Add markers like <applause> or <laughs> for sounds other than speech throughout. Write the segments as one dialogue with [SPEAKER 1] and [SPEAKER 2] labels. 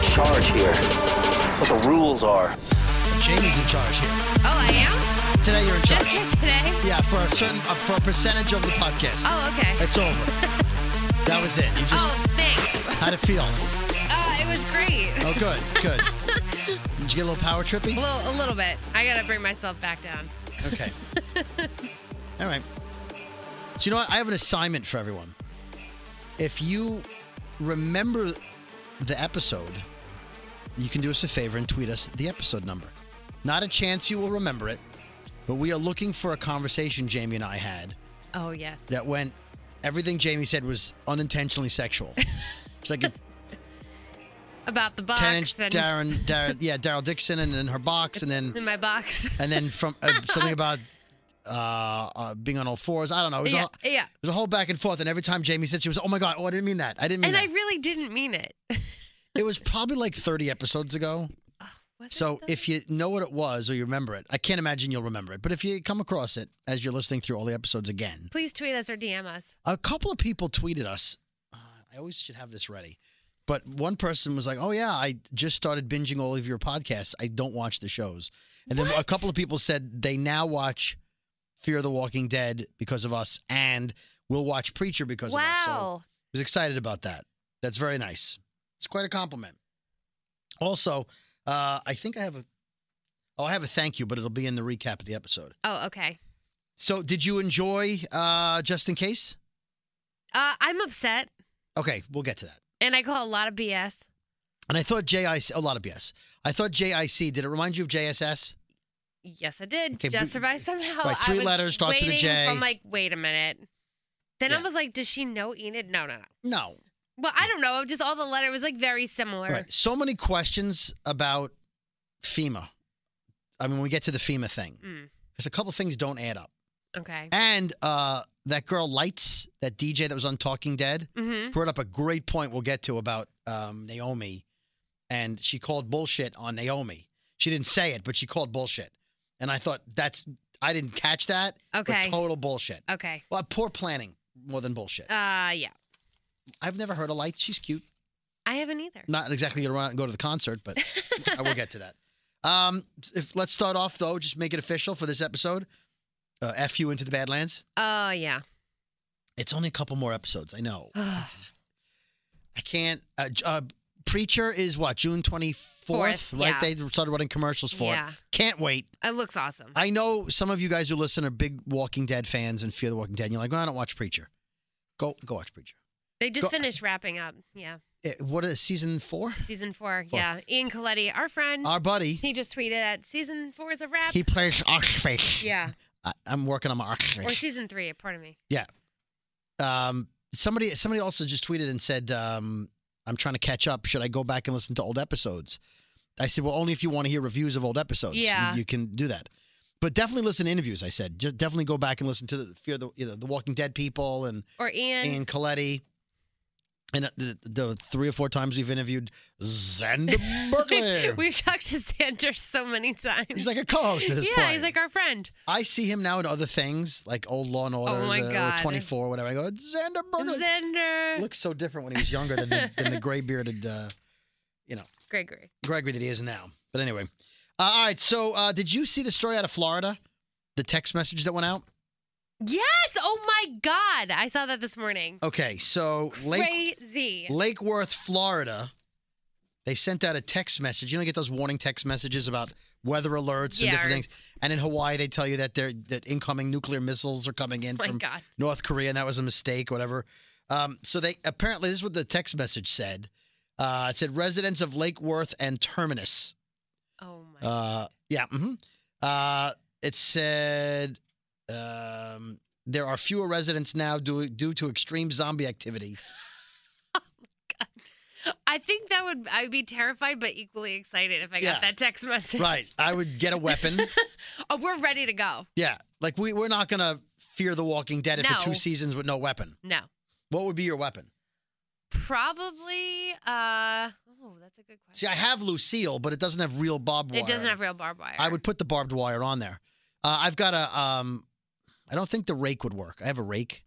[SPEAKER 1] here. That's what the rules are.
[SPEAKER 2] Jamie's in charge here.
[SPEAKER 3] Oh, I am?
[SPEAKER 2] Today you're in
[SPEAKER 3] Just
[SPEAKER 2] charge.
[SPEAKER 3] here today?
[SPEAKER 2] Yeah, for a certain uh, for a percentage of the podcast.
[SPEAKER 3] Oh, okay.
[SPEAKER 2] It's
[SPEAKER 3] <laughs>
[SPEAKER 2] over. that was it. You just
[SPEAKER 3] Oh, thanks.
[SPEAKER 2] how'd it feel?
[SPEAKER 3] Uh, it was great.
[SPEAKER 2] Oh, good,
[SPEAKER 3] <laughs>
[SPEAKER 2] good. Did you get a little power trippy?
[SPEAKER 3] A little, a little bit. I gotta bring myself back down. <laughs>
[SPEAKER 2] Okay. All right. So you know what? I have an assignment for everyone. If you remember the episode, you can do us a favor and tweet us the episode number. Not a chance you will remember it, but we are looking for a conversation Jamie and I had
[SPEAKER 3] Oh, yes.
[SPEAKER 2] that went everything Jamie said was unintentionally sexual. It's
[SPEAKER 3] <laughs>
[SPEAKER 2] like a
[SPEAKER 3] About the box.
[SPEAKER 2] ten inch
[SPEAKER 3] and
[SPEAKER 2] Darren, Darren, yeah, Daryl Dixon, and then her box, and then
[SPEAKER 3] <laughs> in
[SPEAKER 2] <laughs>
[SPEAKER 3] my box.
[SPEAKER 2] and then from uh, something about uh, uh, being on all fours. I don't know. It was,
[SPEAKER 3] yeah,
[SPEAKER 2] all, it
[SPEAKER 3] yeah.
[SPEAKER 2] was a whole back and forth, and every time Jamie said she was, oh my god, oh I didn't mean that. I didn't mean
[SPEAKER 3] <laughs> And I
[SPEAKER 2] that.
[SPEAKER 3] really didn't mean it. <laughs>
[SPEAKER 2] It was probably like 30 episodes ago.
[SPEAKER 3] Was it
[SPEAKER 2] So
[SPEAKER 3] though?
[SPEAKER 2] if you know what it was or you remember it, I can't imagine you'll remember it. But if you come across it as you're listening through all the episodes again,
[SPEAKER 3] Please tweet us or DM us.
[SPEAKER 2] a couple of people tweeted us. Uh, I always should have this ready. But one person was like, "Oh yeah, I just started binging all of your podcasts. I don't watch the shows." And then a
[SPEAKER 3] What?
[SPEAKER 2] couple of people said they now watch Fear the Walking Dead because of us and will watch Preacher because of us. So I
[SPEAKER 3] Wow.
[SPEAKER 2] was excited about that. That's very nice. It's quite a compliment. Also, uh, I think I have a Oh, I have a thank you, but it'll be in the recap of the episode.
[SPEAKER 3] Oh, okay.
[SPEAKER 2] So, did you enjoy uh, Just in Case?
[SPEAKER 3] Uh, I'm upset,
[SPEAKER 2] Okay, we'll get to that.
[SPEAKER 3] and I call a lot of BS.
[SPEAKER 2] And I thought JIC, a lot of BS. I thought JIC, did it remind you of JSS?
[SPEAKER 3] Yes, I did.
[SPEAKER 2] Okay, but-
[SPEAKER 3] Just survived somehow.
[SPEAKER 2] right, three
[SPEAKER 3] I was
[SPEAKER 2] letters, starts with a
[SPEAKER 3] waiting
[SPEAKER 2] J.
[SPEAKER 3] for- I'm like, wait a minute. Then I
[SPEAKER 2] Yeah.
[SPEAKER 3] was like, does she know Enid? No, no, no.
[SPEAKER 2] No.
[SPEAKER 3] Well, I don't know. Just all the letter was like very similar.
[SPEAKER 2] Right. So many questions about FEMA. I mean, when we get to the FEMA thing,
[SPEAKER 3] Mm,
[SPEAKER 2] because a couple things don't add up.
[SPEAKER 3] okay.
[SPEAKER 2] And uh, that girl Lights, that DJ that was on Talking Dead,
[SPEAKER 3] Mm-hmm.
[SPEAKER 2] brought up a great point we'll get to about um, Naomi. And she called bullshit on Naomi. She didn't say it, but she called bullshit. And I thought that's, I didn't catch that. but
[SPEAKER 3] Okay.
[SPEAKER 2] Total bullshit.
[SPEAKER 3] Okay.
[SPEAKER 2] Well, poor planning more than bullshit.
[SPEAKER 3] Uh, yeah.
[SPEAKER 2] I've never heard of Lights. She's cute.
[SPEAKER 3] I haven't either.
[SPEAKER 2] Not exactly gonna run out and go to the concert, but I will get to that. Um, if, let's start off though. Just make it official for this episode. Uh, F you into the Badlands.
[SPEAKER 3] Oh, yeah. <sighs>
[SPEAKER 2] It's only a couple more episodes. I know. I just I can't. Uh, J- uh, Preacher is what June twenty fourth,
[SPEAKER 3] Fourth,
[SPEAKER 2] right?
[SPEAKER 3] yeah.
[SPEAKER 2] They started running commercials for
[SPEAKER 3] Yeah.
[SPEAKER 2] it. Can't wait.
[SPEAKER 3] It looks awesome.
[SPEAKER 2] I know some of you guys who listen are big Walking Dead fans and Fear the Walking Dead. And you're like, oh, I don't watch Preacher. Go go watch Preacher.
[SPEAKER 3] they just
[SPEAKER 2] go-
[SPEAKER 3] finished wrapping up. Yeah.
[SPEAKER 2] Eh, what is season four?
[SPEAKER 3] Season four.
[SPEAKER 2] Four.
[SPEAKER 3] Yeah. Ian Coletti, our friend,
[SPEAKER 2] Our buddy.
[SPEAKER 3] he just tweeted that season four is a wrap.
[SPEAKER 2] He plays Oxface.
[SPEAKER 3] yeah.
[SPEAKER 2] I, I'm working on my <laughs>
[SPEAKER 3] Or
[SPEAKER 2] Oxface.
[SPEAKER 3] season three, pardon me.
[SPEAKER 2] Um, somebody, somebody also just tweeted and said, um, "I'm trying to catch up. Should I go back and listen to old episodes?" I said, "Well, only if you want to hear reviews of old episodes. You-
[SPEAKER 3] Yeah.
[SPEAKER 2] you, can do that, but definitely listen to interviews." I said, "Just definitely go back and listen to the Fear the you know, the Walking Dead people and
[SPEAKER 3] Or Ian. <laughs>
[SPEAKER 2] Ian Coletti." And uh, the, the three or four times we've interviewed
[SPEAKER 3] <laughs>
[SPEAKER 2] Xander Berkeley,
[SPEAKER 3] We've talked to Xander so many times.
[SPEAKER 2] he's like a co-host at this
[SPEAKER 3] yeah,
[SPEAKER 2] point.
[SPEAKER 3] he's like our friend.
[SPEAKER 2] I see him now in other things like old Law and Order,
[SPEAKER 3] Oh
[SPEAKER 2] uh,
[SPEAKER 3] my
[SPEAKER 2] or
[SPEAKER 3] God.
[SPEAKER 2] 24, whatever. I go, Xander Berkeley.
[SPEAKER 3] Xander.
[SPEAKER 2] <laughs> looks so different when he was younger than the, than the gray bearded, uh, you know,
[SPEAKER 3] Gregory.
[SPEAKER 2] Gregory that he is now. But anyway, uh, all right. So, uh, did you see the story out of Florida? The text message that went out.
[SPEAKER 3] Yes. Oh my God. I saw that this morning.
[SPEAKER 2] Okay, so Lake
[SPEAKER 3] Crazy.
[SPEAKER 2] Lake Worth, Florida, they sent out a text message. You know, you get those warning text messages about weather alerts and
[SPEAKER 3] Yeah,
[SPEAKER 2] different
[SPEAKER 3] or-
[SPEAKER 2] things. And in Hawaii, they tell you that they're that incoming nuclear missiles are coming <laughs> in
[SPEAKER 3] Oh My
[SPEAKER 2] from
[SPEAKER 3] God.
[SPEAKER 2] North Korea, and that was a mistake, whatever. Um, so they apparently this is what the text message said. Uh, it said residents of Lake Worth and Terminus.
[SPEAKER 3] Oh my.
[SPEAKER 2] Uh, yeah. mhm. Uh, it said um, there are fewer residents now due, due to extreme zombie
[SPEAKER 3] <laughs>
[SPEAKER 2] activity.
[SPEAKER 3] I think that would I would be terrified but equally excited if I got
[SPEAKER 2] Yeah.
[SPEAKER 3] that text <laughs> message.
[SPEAKER 2] Right. I would
[SPEAKER 3] <laughs>
[SPEAKER 2] get a weapon.
[SPEAKER 3] Oh, we're ready to go.
[SPEAKER 2] yeah. Like we we're not gonna fear the Walking Dead after two
[SPEAKER 3] No.
[SPEAKER 2] seasons with no weapon.
[SPEAKER 3] No.
[SPEAKER 2] What would be your weapon?
[SPEAKER 3] Probably uh oh, that's a good question.
[SPEAKER 2] See, I have Lucille, but it doesn't have real barbed wire.
[SPEAKER 3] it doesn't have real barbed wire.
[SPEAKER 2] I would put the barbed wire on there. Uh, I've got a. Um, I don't think the rake would work. I have a rake.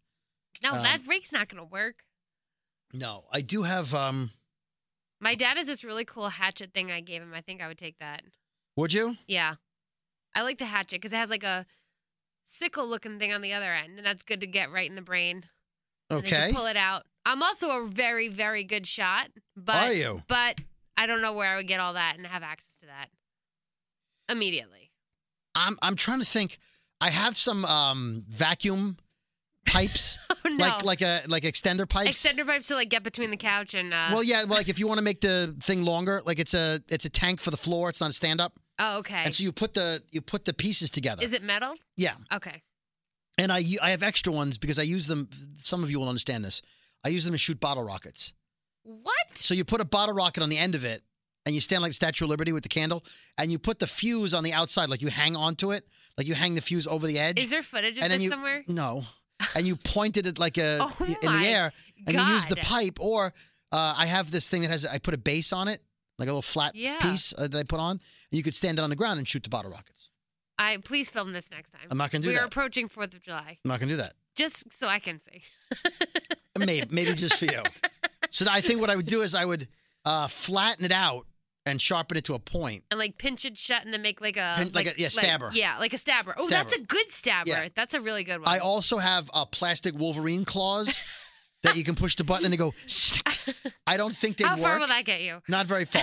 [SPEAKER 3] No, that
[SPEAKER 2] um,
[SPEAKER 3] rake's not gonna work.
[SPEAKER 2] No, I do have. Um,
[SPEAKER 3] My dad has this really cool hatchet thing I gave him. I think I would take that.
[SPEAKER 2] Would you?
[SPEAKER 3] Yeah. I like the hatchet because it has like a sickle looking thing on the other end, and that's good to get right in the brain. And then you
[SPEAKER 2] Okay.
[SPEAKER 3] pull it out. I'm also a very, very good shot, but
[SPEAKER 2] Are you?
[SPEAKER 3] but I don't know where I would get all that and have access to that immediately. <laughs>
[SPEAKER 2] I'm I'm trying to think. I have some um, vacuum pipes,
[SPEAKER 3] Oh <laughs> no.
[SPEAKER 2] like like a like extender pipes.
[SPEAKER 3] extender pipes to like get between the couch and uh
[SPEAKER 2] well, yeah, well, like if you want to make the thing longer, like it's a it's a tank for the floor. It's not a stand up,
[SPEAKER 3] oh okay.
[SPEAKER 2] and so you put the you put the pieces together.
[SPEAKER 3] Is it metal?
[SPEAKER 2] yeah,
[SPEAKER 3] Okay.
[SPEAKER 2] and I u- I have extra ones because I use them. Some of you will understand this. I use them to shoot bottle rockets.
[SPEAKER 3] What?
[SPEAKER 2] So you put a bottle rocket on the end of it, and you stand like the Statue of Liberty with the candle, and you put the fuse on the outside, like you hang onto it, like you hang the fuse over the edge.
[SPEAKER 3] Is there footage of
[SPEAKER 2] and then
[SPEAKER 3] this
[SPEAKER 2] you-
[SPEAKER 3] somewhere?
[SPEAKER 2] No. And you pointed it like a
[SPEAKER 3] <laughs> Oh
[SPEAKER 2] in
[SPEAKER 3] my
[SPEAKER 2] the air, and you use the
[SPEAKER 3] God.
[SPEAKER 2] pipe. Or uh, I have this thing that has I put a base on it, like a little flat
[SPEAKER 3] Yeah.
[SPEAKER 2] piece uh, that I put on. And you could stand it on the ground and shoot the bottle rockets.
[SPEAKER 3] I please film this next time.
[SPEAKER 2] I'm not gonna do
[SPEAKER 3] we are
[SPEAKER 2] that.
[SPEAKER 3] approaching Fourth of July,
[SPEAKER 2] I'm not gonna do that.
[SPEAKER 3] just so I can see. <laughs>
[SPEAKER 2] Maybe maybe just for you. So I think what I would do is I would uh, flatten it out and sharpen it to a point.
[SPEAKER 3] and like pinch it shut and then make like a
[SPEAKER 2] Pin- like a- yeah, stabber.
[SPEAKER 3] yeah, like a stabber. Oh, that's a
[SPEAKER 2] Stabber.
[SPEAKER 3] good stabber.
[SPEAKER 2] Yeah.
[SPEAKER 3] That's a really good one.
[SPEAKER 2] I also have a plastic Wolverine claws that you can push the button and it go. <laughs> I don't think they'd
[SPEAKER 3] How
[SPEAKER 2] work.
[SPEAKER 3] far will that get you? <laughs>
[SPEAKER 2] Not very far.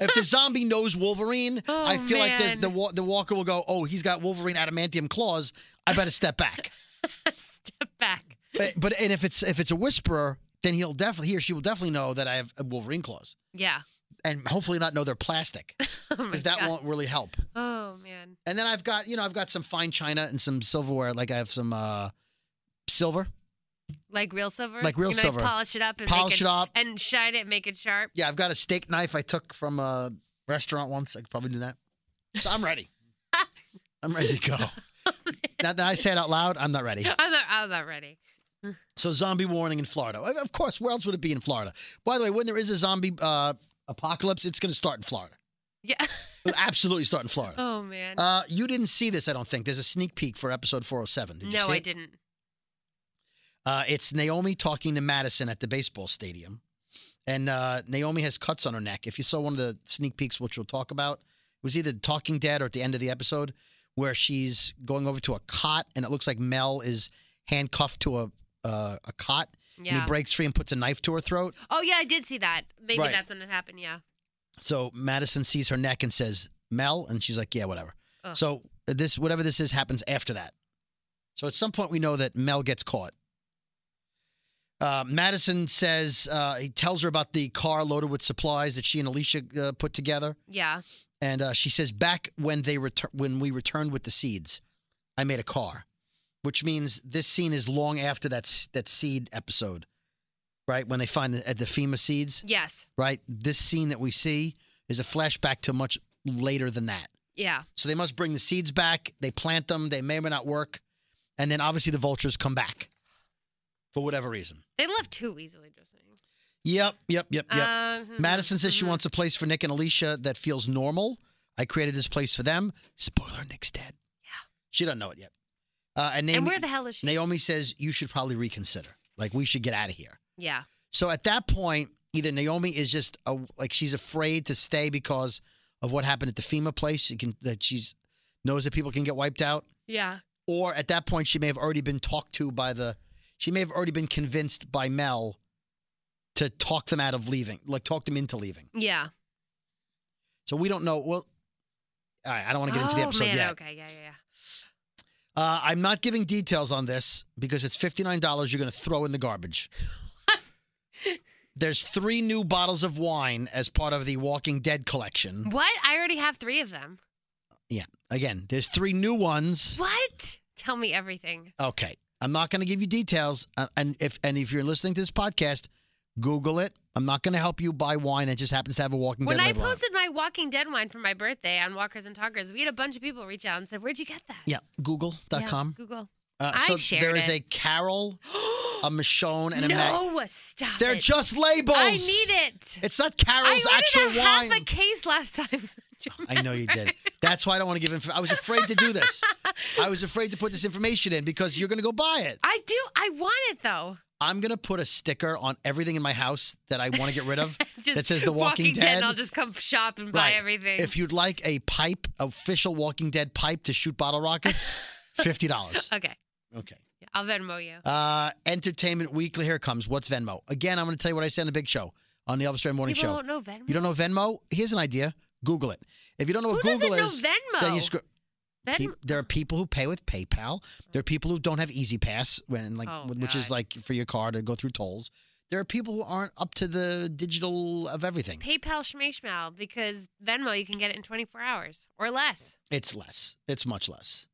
[SPEAKER 2] if the zombie knows Wolverine,
[SPEAKER 3] Oh,
[SPEAKER 2] I feel like
[SPEAKER 3] man.
[SPEAKER 2] the, the wa- the walker will go, "Oh, he's got Wolverine adamantium claws. I better step
[SPEAKER 3] <laughs>
[SPEAKER 2] back."
[SPEAKER 3] Step back.
[SPEAKER 2] but, but and if it's if it's a whisperer, then he'll definitely he or she will definitely know that I have uh, Wolverine claws,
[SPEAKER 3] Yeah. <laughs>
[SPEAKER 2] and hopefully not know they're plastic
[SPEAKER 3] Oh my
[SPEAKER 2] because that
[SPEAKER 3] God.
[SPEAKER 2] won't really help.
[SPEAKER 3] Oh man.
[SPEAKER 2] And then I've got you know I've got some fine china and some silverware. Like I have some uh, silver.
[SPEAKER 3] Like real silver.
[SPEAKER 2] Like real
[SPEAKER 3] you know,
[SPEAKER 2] silver.
[SPEAKER 3] polish it up and
[SPEAKER 2] Polish
[SPEAKER 3] make
[SPEAKER 2] it up.
[SPEAKER 3] and shine it, make it sharp. <laughs>
[SPEAKER 2] Yeah, I've got a steak knife I took from a restaurant once. I could probably do that. So I'm
[SPEAKER 3] <laughs>
[SPEAKER 2] ready. I'm ready to go. now that I say it out loud, I'm not ready.
[SPEAKER 3] I'm not, I'm not ready.
[SPEAKER 2] So zombie warning in Florida. Of of course, where else would it be in Florida? By the way, when there is a zombie uh, apocalypse, it's going to start in Florida.
[SPEAKER 3] Yeah. <laughs>
[SPEAKER 2] It'll absolutely start in Florida.
[SPEAKER 3] Oh man.
[SPEAKER 2] Uh, you didn't see this, I don't think. There's a sneak peek for episode 407. Did you
[SPEAKER 3] no,
[SPEAKER 2] see
[SPEAKER 3] I
[SPEAKER 2] it?
[SPEAKER 3] didn't.
[SPEAKER 2] Uh, it's Naomi talking to Madison at the baseball stadium, and uh, Naomi has cuts on her neck. If you saw one of the sneak peeks, which we'll talk about, it was either Talking Dead or at the end of the episode where she's going over to a cot, and it looks like Mel is handcuffed to a uh, a cot, and
[SPEAKER 3] Yeah.
[SPEAKER 2] he breaks free and puts a knife to her throat.
[SPEAKER 3] oh yeah, I did see that. Maybe
[SPEAKER 2] Right.
[SPEAKER 3] that's when it happened. Yeah.
[SPEAKER 2] So Madison sees her neck and says, Mel. And she's like, yeah, whatever.
[SPEAKER 3] Ugh.
[SPEAKER 2] So this, whatever this is, happens after that. So at some point, we know that Mel gets caught. Uh, Madison says, uh, he tells her about the car loaded with supplies that she and Alicia uh, put together.
[SPEAKER 3] Yeah.
[SPEAKER 2] And uh, she says, back when they retur- when we returned with the seeds, I made a car, which means this scene is long after that, s- that seed episode, right? When they find the, at the FEMA seeds
[SPEAKER 3] Yes.
[SPEAKER 2] right? This scene that we see is a flashback to much later than that.
[SPEAKER 3] Yeah.
[SPEAKER 2] So they must bring the seeds back. They plant them. They may or may not work. And then obviously the vultures come back for whatever reason.
[SPEAKER 3] They left too easily. Just saying.
[SPEAKER 2] Yep, yep, yep, yep.
[SPEAKER 3] Um,
[SPEAKER 2] Madison says she
[SPEAKER 3] mhm.
[SPEAKER 2] wants a place for Nick and Alicia that feels normal. I created this place for them. Spoiler: Nick's dead. Yeah. She doesn't know it yet. Uh, and Naomi,
[SPEAKER 3] And where the hell is she?
[SPEAKER 2] Naomi says you should probably reconsider. Like we should get out of here.
[SPEAKER 3] yeah.
[SPEAKER 2] So at that point, either Naomi is just a, like she's afraid to stay because of what happened at the FEMA place. She can that she's knows that people can get wiped out,
[SPEAKER 3] Yeah.
[SPEAKER 2] or at that point she may have already been talked to by the. She may have already been convinced by Mel to talk them out of leaving, like talk them into leaving.
[SPEAKER 3] Yeah.
[SPEAKER 2] So we don't know. Well, all right, I don't want to get into the
[SPEAKER 3] Oh,
[SPEAKER 2] episode
[SPEAKER 3] man,
[SPEAKER 2] yet.
[SPEAKER 3] Okay, yeah, yeah, yeah.
[SPEAKER 2] Uh, I'm not giving details on this because it's $59 you're going to throw in the garbage. There's three new bottles of wine as part of the Walking Dead collection.
[SPEAKER 3] What? I already have three of them.
[SPEAKER 2] Again, there's three new ones.
[SPEAKER 3] What? Tell me everything.
[SPEAKER 2] Okay. I'm not going to give you details. Uh, and if and if you're listening to this podcast, Google it. I'm not going to help you buy wine that just happens to have a Walking
[SPEAKER 3] When
[SPEAKER 2] Dead
[SPEAKER 3] I
[SPEAKER 2] label on it.
[SPEAKER 3] posted my Walking Dead wine for my birthday on Walkers and Talkers, we had a bunch of people reach out and said, "Where'd you get that?"
[SPEAKER 2] Yeah,
[SPEAKER 3] Yeah,
[SPEAKER 2] google.com.
[SPEAKER 3] Google.
[SPEAKER 2] Uh,
[SPEAKER 3] I
[SPEAKER 2] so
[SPEAKER 3] shared
[SPEAKER 2] there is
[SPEAKER 3] it.
[SPEAKER 2] a Carol, a Michonne, and a Matt.
[SPEAKER 3] <gasps> no, stop
[SPEAKER 2] They're
[SPEAKER 3] it.
[SPEAKER 2] just labels.
[SPEAKER 3] I need it.
[SPEAKER 2] It's not
[SPEAKER 3] I
[SPEAKER 2] Carol's
[SPEAKER 3] ordered
[SPEAKER 2] actual
[SPEAKER 3] a
[SPEAKER 2] wine.
[SPEAKER 3] half a case last time. Do you
[SPEAKER 2] I know you did. That's why I don't want to give information. I was afraid to do this. I was afraid to put this information in because you're going to go buy it.
[SPEAKER 3] I do. I want it though.
[SPEAKER 2] I'm gonna put a sticker on everything in my house that I want to get rid of.
[SPEAKER 3] Just
[SPEAKER 2] That says The Walking Dead.
[SPEAKER 3] I'll just come shop and <laughs> buy
[SPEAKER 2] Right.
[SPEAKER 3] everything.
[SPEAKER 2] if you'd like a pipe, official Walking Dead pipe to shoot bottle
[SPEAKER 3] <laughs>
[SPEAKER 2] rockets, fifty dollars.
[SPEAKER 3] okay,
[SPEAKER 2] Okay.
[SPEAKER 3] I'll Venmo you.
[SPEAKER 2] Uh, Entertainment Weekly. Here it comes. What's Venmo? Again, I'm going to tell you what I said on the big show on the Elvis Duran Morning
[SPEAKER 3] People
[SPEAKER 2] Show.
[SPEAKER 3] don't know Venmo.
[SPEAKER 2] You don't know Venmo? Here's an idea. Google it. If you don't know
[SPEAKER 3] Who
[SPEAKER 2] what Google
[SPEAKER 3] doesn't
[SPEAKER 2] is,
[SPEAKER 3] know
[SPEAKER 2] then you
[SPEAKER 3] Venmo?
[SPEAKER 2] screw.
[SPEAKER 3] Venmo.
[SPEAKER 2] Pe- there are people who pay with PayPal. There are people who don't have Easy Pass, when like
[SPEAKER 3] Mm-hmm. Oh,
[SPEAKER 2] wh- which is
[SPEAKER 3] God.
[SPEAKER 2] like for your car to go through tolls. There are people who aren't up to the digital of everything.
[SPEAKER 3] PayPal schmashmal because Venmo you can get it in 24 hours or less.
[SPEAKER 2] It's less. It's much less.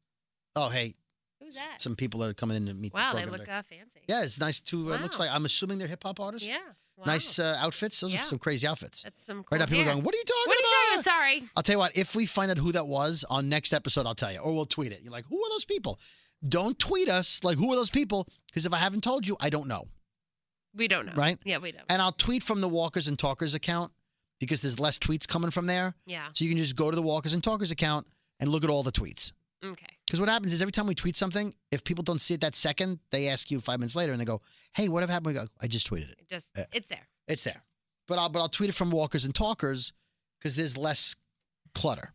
[SPEAKER 2] Oh hey,
[SPEAKER 3] Who's
[SPEAKER 2] s-
[SPEAKER 3] that?
[SPEAKER 2] some people that are coming in to meet.
[SPEAKER 3] wow,
[SPEAKER 2] the
[SPEAKER 3] they
[SPEAKER 2] program
[SPEAKER 3] look
[SPEAKER 2] today.
[SPEAKER 3] uh, fancy.
[SPEAKER 2] Yeah, it's nice to. It looks
[SPEAKER 3] Wow.
[SPEAKER 2] like I'm assuming they're hip hop artists.
[SPEAKER 3] Yeah. Wow.
[SPEAKER 2] Nice uh, outfits. Those
[SPEAKER 3] Yeah.
[SPEAKER 2] are some crazy outfits.
[SPEAKER 3] That's some. Cool
[SPEAKER 2] Right now, people
[SPEAKER 3] hair.
[SPEAKER 2] are going, "What are you talking
[SPEAKER 3] What are
[SPEAKER 2] about?"
[SPEAKER 3] you talking about? Sorry.
[SPEAKER 2] I'll tell you what. If we find out who that was on next episode, I'll tell you, or we'll tweet it. You're like, "Who are those people?" Don't tweet us like, "Who are those people?" Because if I haven't told you, I don't know.
[SPEAKER 3] We don't know.
[SPEAKER 2] Right?
[SPEAKER 3] Yeah, we don't.
[SPEAKER 2] And I'll tweet from the Walkers and Talkers account because there's less tweets coming from there,
[SPEAKER 3] yeah.
[SPEAKER 2] so you can just go to the Walkers and Talkers account and look at all the tweets.
[SPEAKER 3] Okay.
[SPEAKER 2] Because what happens is every time we tweet something, if people don't see it that second, they ask you five minutes later and they go, "Hey, what happened?" We go, "I just tweeted it."
[SPEAKER 3] It just
[SPEAKER 2] Uh,
[SPEAKER 3] it's there.
[SPEAKER 2] It's there. But I'll but I'll tweet it from Walkers and Talkers because there's less clutter.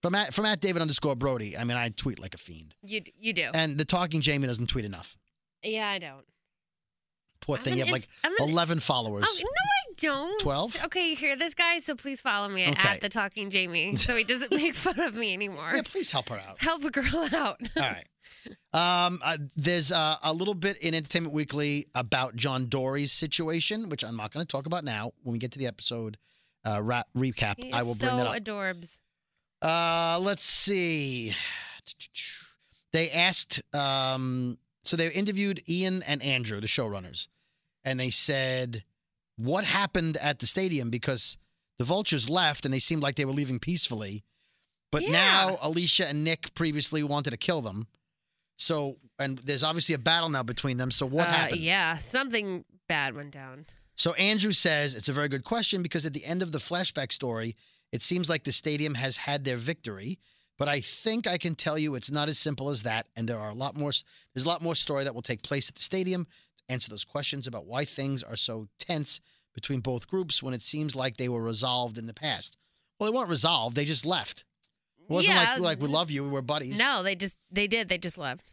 [SPEAKER 2] From at from at David underscore Brody. I mean, I tweet like a fiend.
[SPEAKER 3] You d- you do.
[SPEAKER 2] And the talking Jamie doesn't tweet enough.
[SPEAKER 3] yeah, I don't.
[SPEAKER 2] Poor
[SPEAKER 3] I'm
[SPEAKER 2] thing. You
[SPEAKER 3] an
[SPEAKER 2] have like
[SPEAKER 3] ins- I'm an-
[SPEAKER 2] eleven
[SPEAKER 3] Oh,
[SPEAKER 2] followers.
[SPEAKER 3] no, I don't.
[SPEAKER 2] 12?
[SPEAKER 3] Okay, you hear this guy? So please follow me
[SPEAKER 2] Okay.
[SPEAKER 3] at the
[SPEAKER 2] <laughs>
[SPEAKER 3] Talking Jamie, so he doesn't make fun of me anymore.
[SPEAKER 2] yeah, please help her
[SPEAKER 3] <laughs>
[SPEAKER 2] out.
[SPEAKER 3] Help a girl out.
[SPEAKER 2] All right. Um, uh, there's uh, a little bit in Entertainment Weekly about John Dory's situation, which I'm not going to talk about now. When we get to the episode uh, ra- recap,
[SPEAKER 3] He
[SPEAKER 2] I
[SPEAKER 3] is
[SPEAKER 2] will
[SPEAKER 3] so
[SPEAKER 2] bring that up.
[SPEAKER 3] adorbs.
[SPEAKER 2] Uh, let's see. They asked, um, so they interviewed Ian and Andrew, the showrunners, and they said, What happened at the stadium? Because the vultures left and they seemed like they were leaving peacefully. But
[SPEAKER 3] Yeah.
[SPEAKER 2] now Alicia and Nick previously wanted to kill them. So, and there's obviously a battle now between them. So, what
[SPEAKER 3] Uh,
[SPEAKER 2] happened?
[SPEAKER 3] Yeah, something bad went down.
[SPEAKER 2] So Andrew says it's a very good question because at the end of the flashback story, it seems like the stadium has had their victory. But I think I can tell you it's not as simple as that, and there are a lot more. There's a lot more story that will take place at the stadium to answer those questions about why things are so tense between both groups when it seems like they were resolved in the past. Well, they weren't resolved; they just left. It wasn't
[SPEAKER 3] yeah,
[SPEAKER 2] like like we love you, we're buddies.
[SPEAKER 3] No, they just they did. They just left.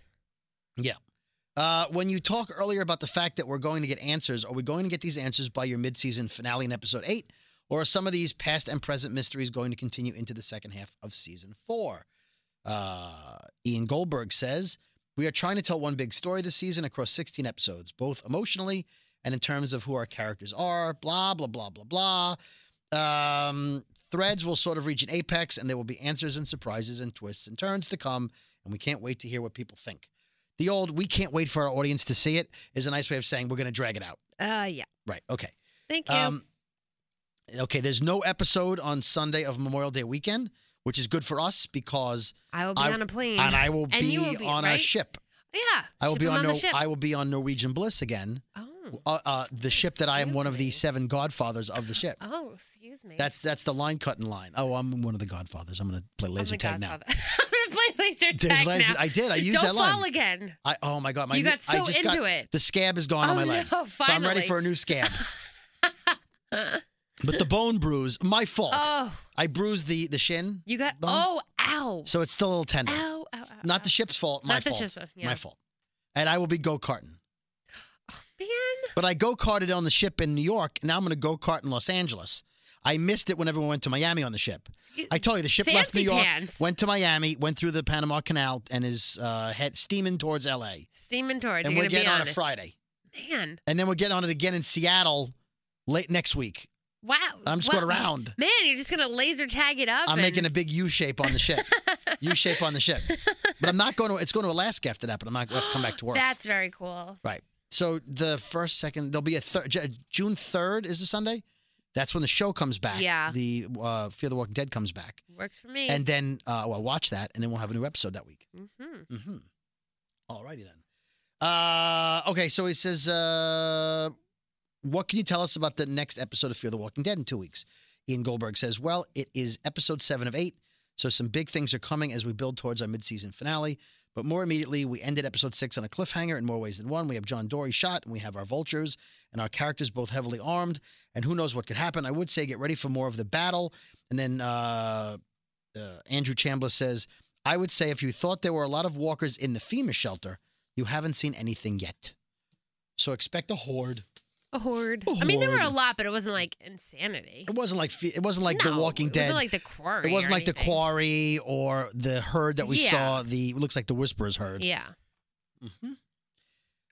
[SPEAKER 2] Uh, when you talk earlier about the fact that we're going to get answers, are we going to get these answers by your midseason finale in episode eight? Or are some of these past and present mysteries going to continue into the second half of season four? Uh, Ian Goldberg says, We are trying to tell one big story this season across 16 episodes, both emotionally and in terms of who our characters are, blah, blah, blah, blah, blah. Um, threads will sort of reach an apex, and there will be answers and surprises and twists and turns to come, and we can't wait to hear what people think. The old "we can't wait for our audience to see it" is a nice way of saying we're going to drag it out.
[SPEAKER 3] Uh, yeah.
[SPEAKER 2] Right? Okay.
[SPEAKER 3] Thank you.
[SPEAKER 2] Um, okay. There's no episode on Sunday of Memorial Day weekend, which is good for us because,
[SPEAKER 3] I will be
[SPEAKER 2] I-
[SPEAKER 3] on a plane.
[SPEAKER 2] and I will
[SPEAKER 3] Mm. And
[SPEAKER 2] be,
[SPEAKER 3] you will be,
[SPEAKER 2] on a
[SPEAKER 3] right?
[SPEAKER 2] ship.
[SPEAKER 3] yeah.
[SPEAKER 2] I will
[SPEAKER 3] ship
[SPEAKER 2] be
[SPEAKER 3] him
[SPEAKER 2] on,
[SPEAKER 3] the
[SPEAKER 2] no.
[SPEAKER 3] ship.
[SPEAKER 2] I will be on Norwegian Bliss again.
[SPEAKER 3] oh.
[SPEAKER 2] Uh, uh, the ship that I am one of the
[SPEAKER 3] Excuse me.
[SPEAKER 2] seven godfathers of the ship.
[SPEAKER 3] Oh, excuse me.
[SPEAKER 2] That's that's the line cutting line. Oh, I'm one of the godfathers. I'm going to play
[SPEAKER 3] I'm
[SPEAKER 2] laser
[SPEAKER 3] the
[SPEAKER 2] tag now.
[SPEAKER 3] Oh Godfather. <laughs> I'm gonna play laser
[SPEAKER 2] There's
[SPEAKER 3] tag
[SPEAKER 2] laser-
[SPEAKER 3] now.
[SPEAKER 2] I did.
[SPEAKER 3] <laughs>
[SPEAKER 2] I used
[SPEAKER 3] Don't
[SPEAKER 2] that line.
[SPEAKER 3] fall again.
[SPEAKER 2] I, oh my god, my
[SPEAKER 3] You
[SPEAKER 2] knee-
[SPEAKER 3] got so
[SPEAKER 2] I just
[SPEAKER 3] into
[SPEAKER 2] got,
[SPEAKER 3] it.
[SPEAKER 2] The scab is gone
[SPEAKER 3] oh
[SPEAKER 2] on my
[SPEAKER 3] no!
[SPEAKER 2] leg,
[SPEAKER 3] Finally.
[SPEAKER 2] so I'm ready for a new
[SPEAKER 3] <laughs>
[SPEAKER 2] scab. but the bone bruise, my fault.
[SPEAKER 3] Oh,
[SPEAKER 2] I bruised the the shin,
[SPEAKER 3] you got.
[SPEAKER 2] Bone?
[SPEAKER 3] Oh, ow.
[SPEAKER 2] so it's still a little tender.
[SPEAKER 3] ow, ow, ow.
[SPEAKER 2] Not the ship's fault. My
[SPEAKER 3] Not the
[SPEAKER 2] fault.
[SPEAKER 3] ship's fault, yeah.
[SPEAKER 2] My fault. And I will be go karting.
[SPEAKER 3] Man.
[SPEAKER 2] But I go karted on the ship in New York, and now I'm going to go kart in Los Angeles. I missed it when everyone went to Miami on the ship.
[SPEAKER 3] Excuse-
[SPEAKER 2] I tell you, the ship left New
[SPEAKER 3] Fancy
[SPEAKER 2] York,
[SPEAKER 3] pants.
[SPEAKER 2] went to Miami, went through the Panama Canal, and is uh, head steaming towards LA.
[SPEAKER 3] Steaming towards.
[SPEAKER 2] and
[SPEAKER 3] You're
[SPEAKER 2] we're
[SPEAKER 3] gonna
[SPEAKER 2] getting
[SPEAKER 3] be on,
[SPEAKER 2] on a Friday.
[SPEAKER 3] it. Man.
[SPEAKER 2] and then we're getting on it again in Seattle late next week.
[SPEAKER 3] Wow.
[SPEAKER 2] I'm just going
[SPEAKER 3] Wow.
[SPEAKER 2] around.
[SPEAKER 3] Man, you're just gonna laser tag it up.
[SPEAKER 2] I'm
[SPEAKER 3] and
[SPEAKER 2] making a big U shape on the ship. U shape on the ship. But I'm not going to. It's going to Alaska after that. But I'm not going to come back to work.
[SPEAKER 3] That's very cool.
[SPEAKER 2] right. So the first, second, there'll be a third. June third is the Sunday. That's when the show comes back.
[SPEAKER 3] Yeah.
[SPEAKER 2] The uh, Fear the Walking Dead comes back,
[SPEAKER 3] Works for me.
[SPEAKER 2] and then uh, well, watch that, and then we'll have a new episode that week.
[SPEAKER 3] hmm
[SPEAKER 2] Mm-hmm. All righty then. Uh, okay, so he says, uh, what can you tell us about the next episode of Fear the Walking Dead in two weeks? Ian Goldberg says, well, it is episode seven of eight, so some big things are coming as we build towards our midseason finale. But more immediately, we ended episode six on a cliffhanger in more ways than one. We have John Dory shot, and we have our vultures, and our characters both heavily armed, and who knows what could happen. I would say get ready for more of the battle. And then uh, uh, Andrew Chambliss says, I would say if you thought there were a lot of walkers in the FEMA shelter, you haven't seen anything yet. So expect a horde.
[SPEAKER 3] A horde.
[SPEAKER 2] A
[SPEAKER 3] I mean, there were a
[SPEAKER 2] horde. lot,
[SPEAKER 3] lot, but it wasn't like insanity.
[SPEAKER 2] It wasn't like fe- it wasn't like The Walking
[SPEAKER 3] It
[SPEAKER 2] Dead.
[SPEAKER 3] wasn't like the quarry.
[SPEAKER 2] It wasn't
[SPEAKER 3] or
[SPEAKER 2] like the
[SPEAKER 3] anything.
[SPEAKER 2] quarry or the herd that we
[SPEAKER 3] Yeah.
[SPEAKER 2] saw. The it looks like the Whisperers herd.
[SPEAKER 3] Yeah.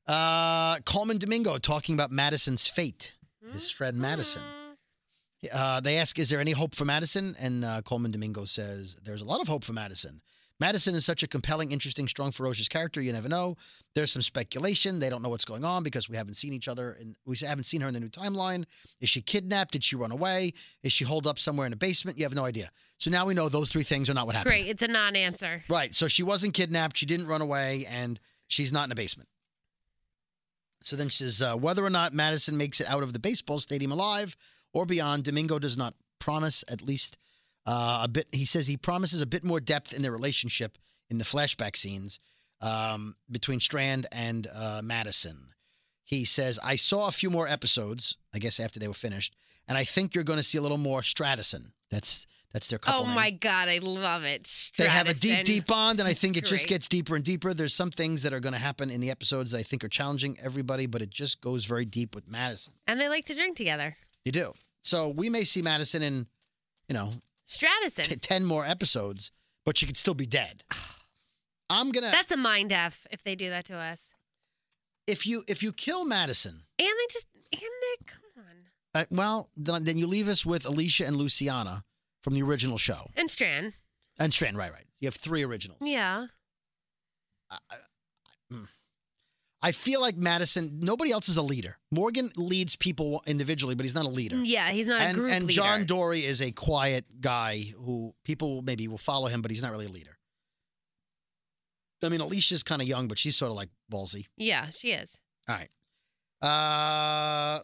[SPEAKER 2] Uh, Coleman Domingo talking about Madison's fate. His
[SPEAKER 3] Mm-hmm.
[SPEAKER 2] friend Madison.
[SPEAKER 3] Mm.
[SPEAKER 2] Uh, they ask, "Is there any hope for Madison?" And uh, Coleman Domingo says, "There's a lot of hope for Madison. Madison is such a compelling, interesting, strong, ferocious character. You never know. There's some speculation. They don't know what's going on because we haven't seen each other, and we haven't seen her in the new timeline. Is she kidnapped? Did she run away? Is she holed up somewhere in a basement? You have no idea. So now we know those three things are not what happened.
[SPEAKER 3] Great. It's a non-answer.
[SPEAKER 2] Right. So she wasn't kidnapped. She didn't run away, and she's not in a basement. So then she says uh, whether or not Madison makes it out of the baseball stadium alive or beyond, Domingo does not promise at least uh, a bit. He says he promises a bit more depth in their relationship in the flashback scenes um, between Strand and uh, Madison. He says, I saw a few more episodes, I guess after they were finished, and I think you're going to see a little more Stratison. That's that's their couple
[SPEAKER 3] Oh
[SPEAKER 2] name
[SPEAKER 3] my god, I love it.
[SPEAKER 2] they have a deep,
[SPEAKER 3] Stratton.
[SPEAKER 2] deep bond, and I
[SPEAKER 3] That's
[SPEAKER 2] think it just
[SPEAKER 3] great.
[SPEAKER 2] gets deeper and deeper. There's some things that are going to happen in the episodes that I think are challenging everybody, but it just goes very deep with Madison.
[SPEAKER 3] And they like to drink together.
[SPEAKER 2] You do. So we may see Madison in, you know, t-
[SPEAKER 3] Stratison.
[SPEAKER 2] 10 more episodes, but she could still be
[SPEAKER 3] <sighs>
[SPEAKER 2] dead. I'm <laughs> going to,
[SPEAKER 3] That's a mind f if they do that to us.
[SPEAKER 2] if you if you kill Madison,
[SPEAKER 3] And they just and they come on.
[SPEAKER 2] uh, well, then, then you leave us with Alicia and Luciana from the original show.
[SPEAKER 3] And Strand.
[SPEAKER 2] And Strand, right, right. You have three originals.
[SPEAKER 3] Yeah.
[SPEAKER 2] I, I- mm. I feel like Madison. Nobody else is a leader. Morgan leads people individually, but he's not a leader.
[SPEAKER 3] Mm, Yeah, he's not a
[SPEAKER 2] and
[SPEAKER 3] group
[SPEAKER 2] and
[SPEAKER 3] leader.
[SPEAKER 2] John Dory is a quiet guy who people will- maybe will follow him, but he's not really a leader. I mean, Alicia's kind of young, but she's sort of like ballsy.
[SPEAKER 3] yeah, she is.
[SPEAKER 2] All right, uh,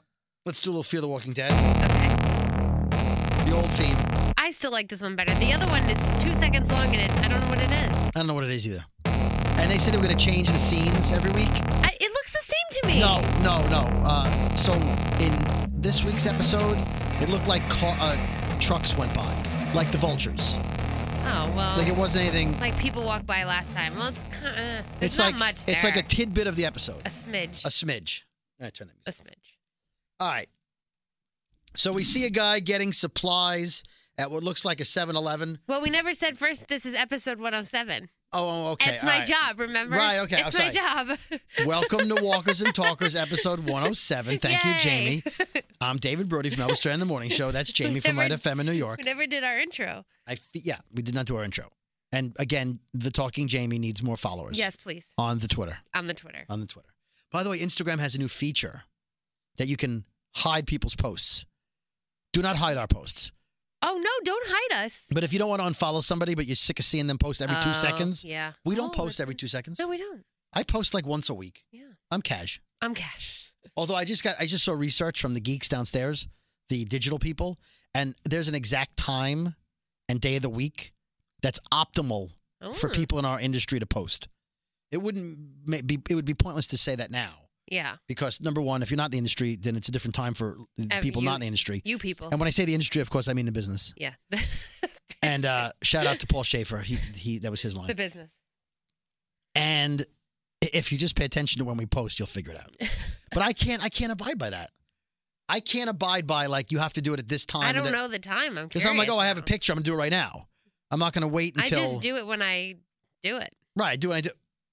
[SPEAKER 2] let's do a little Fear the Walking Dead,
[SPEAKER 3] Okay.
[SPEAKER 2] the old theme. I
[SPEAKER 3] I still like this one better. The other one is two seconds long and it, I don't know what it is.
[SPEAKER 2] don't know what it is either. And they said they were going to change the scenes every week.
[SPEAKER 3] I, it looks the same to me.
[SPEAKER 2] No, no, no. Uh, so in this week's episode, it looked like car, uh, trucks went by, like the vultures.
[SPEAKER 3] Oh well.
[SPEAKER 2] Like
[SPEAKER 3] Like,
[SPEAKER 2] it wasn't anything.
[SPEAKER 3] people walked by last time. Well, it's kind of.
[SPEAKER 2] It's
[SPEAKER 3] not
[SPEAKER 2] like
[SPEAKER 3] much.
[SPEAKER 2] it's like a
[SPEAKER 3] there.
[SPEAKER 2] tidbit of the episode,
[SPEAKER 3] a smidge.
[SPEAKER 2] a smidge. All right, turn that music.
[SPEAKER 3] a smidge.
[SPEAKER 2] All right. So we see a guy getting supplies at what looks like a 7-Eleven.
[SPEAKER 3] Well, we never said first. This is episode 107.
[SPEAKER 2] Oh, oh, okay.
[SPEAKER 3] it's
[SPEAKER 2] all
[SPEAKER 3] my
[SPEAKER 2] right.
[SPEAKER 3] job. Remember?
[SPEAKER 2] Right, okay,
[SPEAKER 3] It's
[SPEAKER 2] I'm
[SPEAKER 3] my job.
[SPEAKER 2] Welcome
[SPEAKER 3] <laughs>
[SPEAKER 2] to Walkers and Talkers, episode 107. Thank you,
[SPEAKER 3] Yay.
[SPEAKER 2] Jamie. I'm David Brody from Elvis Strand in the Morning Show. That's Jamie from Right
[SPEAKER 3] Never-
[SPEAKER 2] FM in New York.
[SPEAKER 3] <laughs> we never did our intro.
[SPEAKER 2] I fe- yeah, we did not do our intro. And again, the talking Jamie needs more followers.
[SPEAKER 3] Yes, please.
[SPEAKER 2] On the Twitter.
[SPEAKER 3] On the Twitter.
[SPEAKER 2] On the Twitter. By the way, Instagram has a new feature that you can hide people's posts. Do not hide our posts.
[SPEAKER 3] Oh no! Don't hide us.
[SPEAKER 2] But if you don't want to unfollow somebody, but you're sick of seeing them post every two
[SPEAKER 3] Oh,
[SPEAKER 2] seconds,
[SPEAKER 3] Yeah.
[SPEAKER 2] we don't
[SPEAKER 3] Oh,
[SPEAKER 2] post
[SPEAKER 3] that's
[SPEAKER 2] every
[SPEAKER 3] it.
[SPEAKER 2] two seconds.
[SPEAKER 3] No, we don't.
[SPEAKER 2] I post like once a week.
[SPEAKER 3] Yeah.
[SPEAKER 2] I'm cash.
[SPEAKER 3] I'm Cash.
[SPEAKER 2] Although I just got, I just saw research from the geeks downstairs, the digital people, and there's an exact time and day of the week that's optimal
[SPEAKER 3] Oh.
[SPEAKER 2] for people in our industry to post. It wouldn't ma- be it would be pointless to say that now
[SPEAKER 3] Yeah.
[SPEAKER 2] because number one, if you're not in the industry, then it's a different time for the
[SPEAKER 3] Uh,
[SPEAKER 2] people
[SPEAKER 3] you-
[SPEAKER 2] not in the industry.
[SPEAKER 3] You people.
[SPEAKER 2] And when I say the industry, of course, I mean the
[SPEAKER 3] <laughs>
[SPEAKER 2] business.
[SPEAKER 3] yeah.
[SPEAKER 2] And uh, shout out to
[SPEAKER 3] <laughs>
[SPEAKER 2] Paul Schaefer. He, he that was his
[SPEAKER 3] the
[SPEAKER 2] line.
[SPEAKER 3] business.
[SPEAKER 2] And i- if you just pay attention to when we post, you'll figure it out.
[SPEAKER 3] <laughs>
[SPEAKER 2] But I can't I can't abide by that. I can't abide by like you have to do it at this time.
[SPEAKER 3] I
[SPEAKER 2] and
[SPEAKER 3] don't
[SPEAKER 2] that-
[SPEAKER 3] know the time. I'm
[SPEAKER 2] Because I'm like,
[SPEAKER 3] curious
[SPEAKER 2] oh, I have a
[SPEAKER 3] now.
[SPEAKER 2] picture. I'm gonna do it right now. I'm not gonna wait
[SPEAKER 3] I
[SPEAKER 2] until
[SPEAKER 3] just do it when I do it.
[SPEAKER 2] right. Do what I do.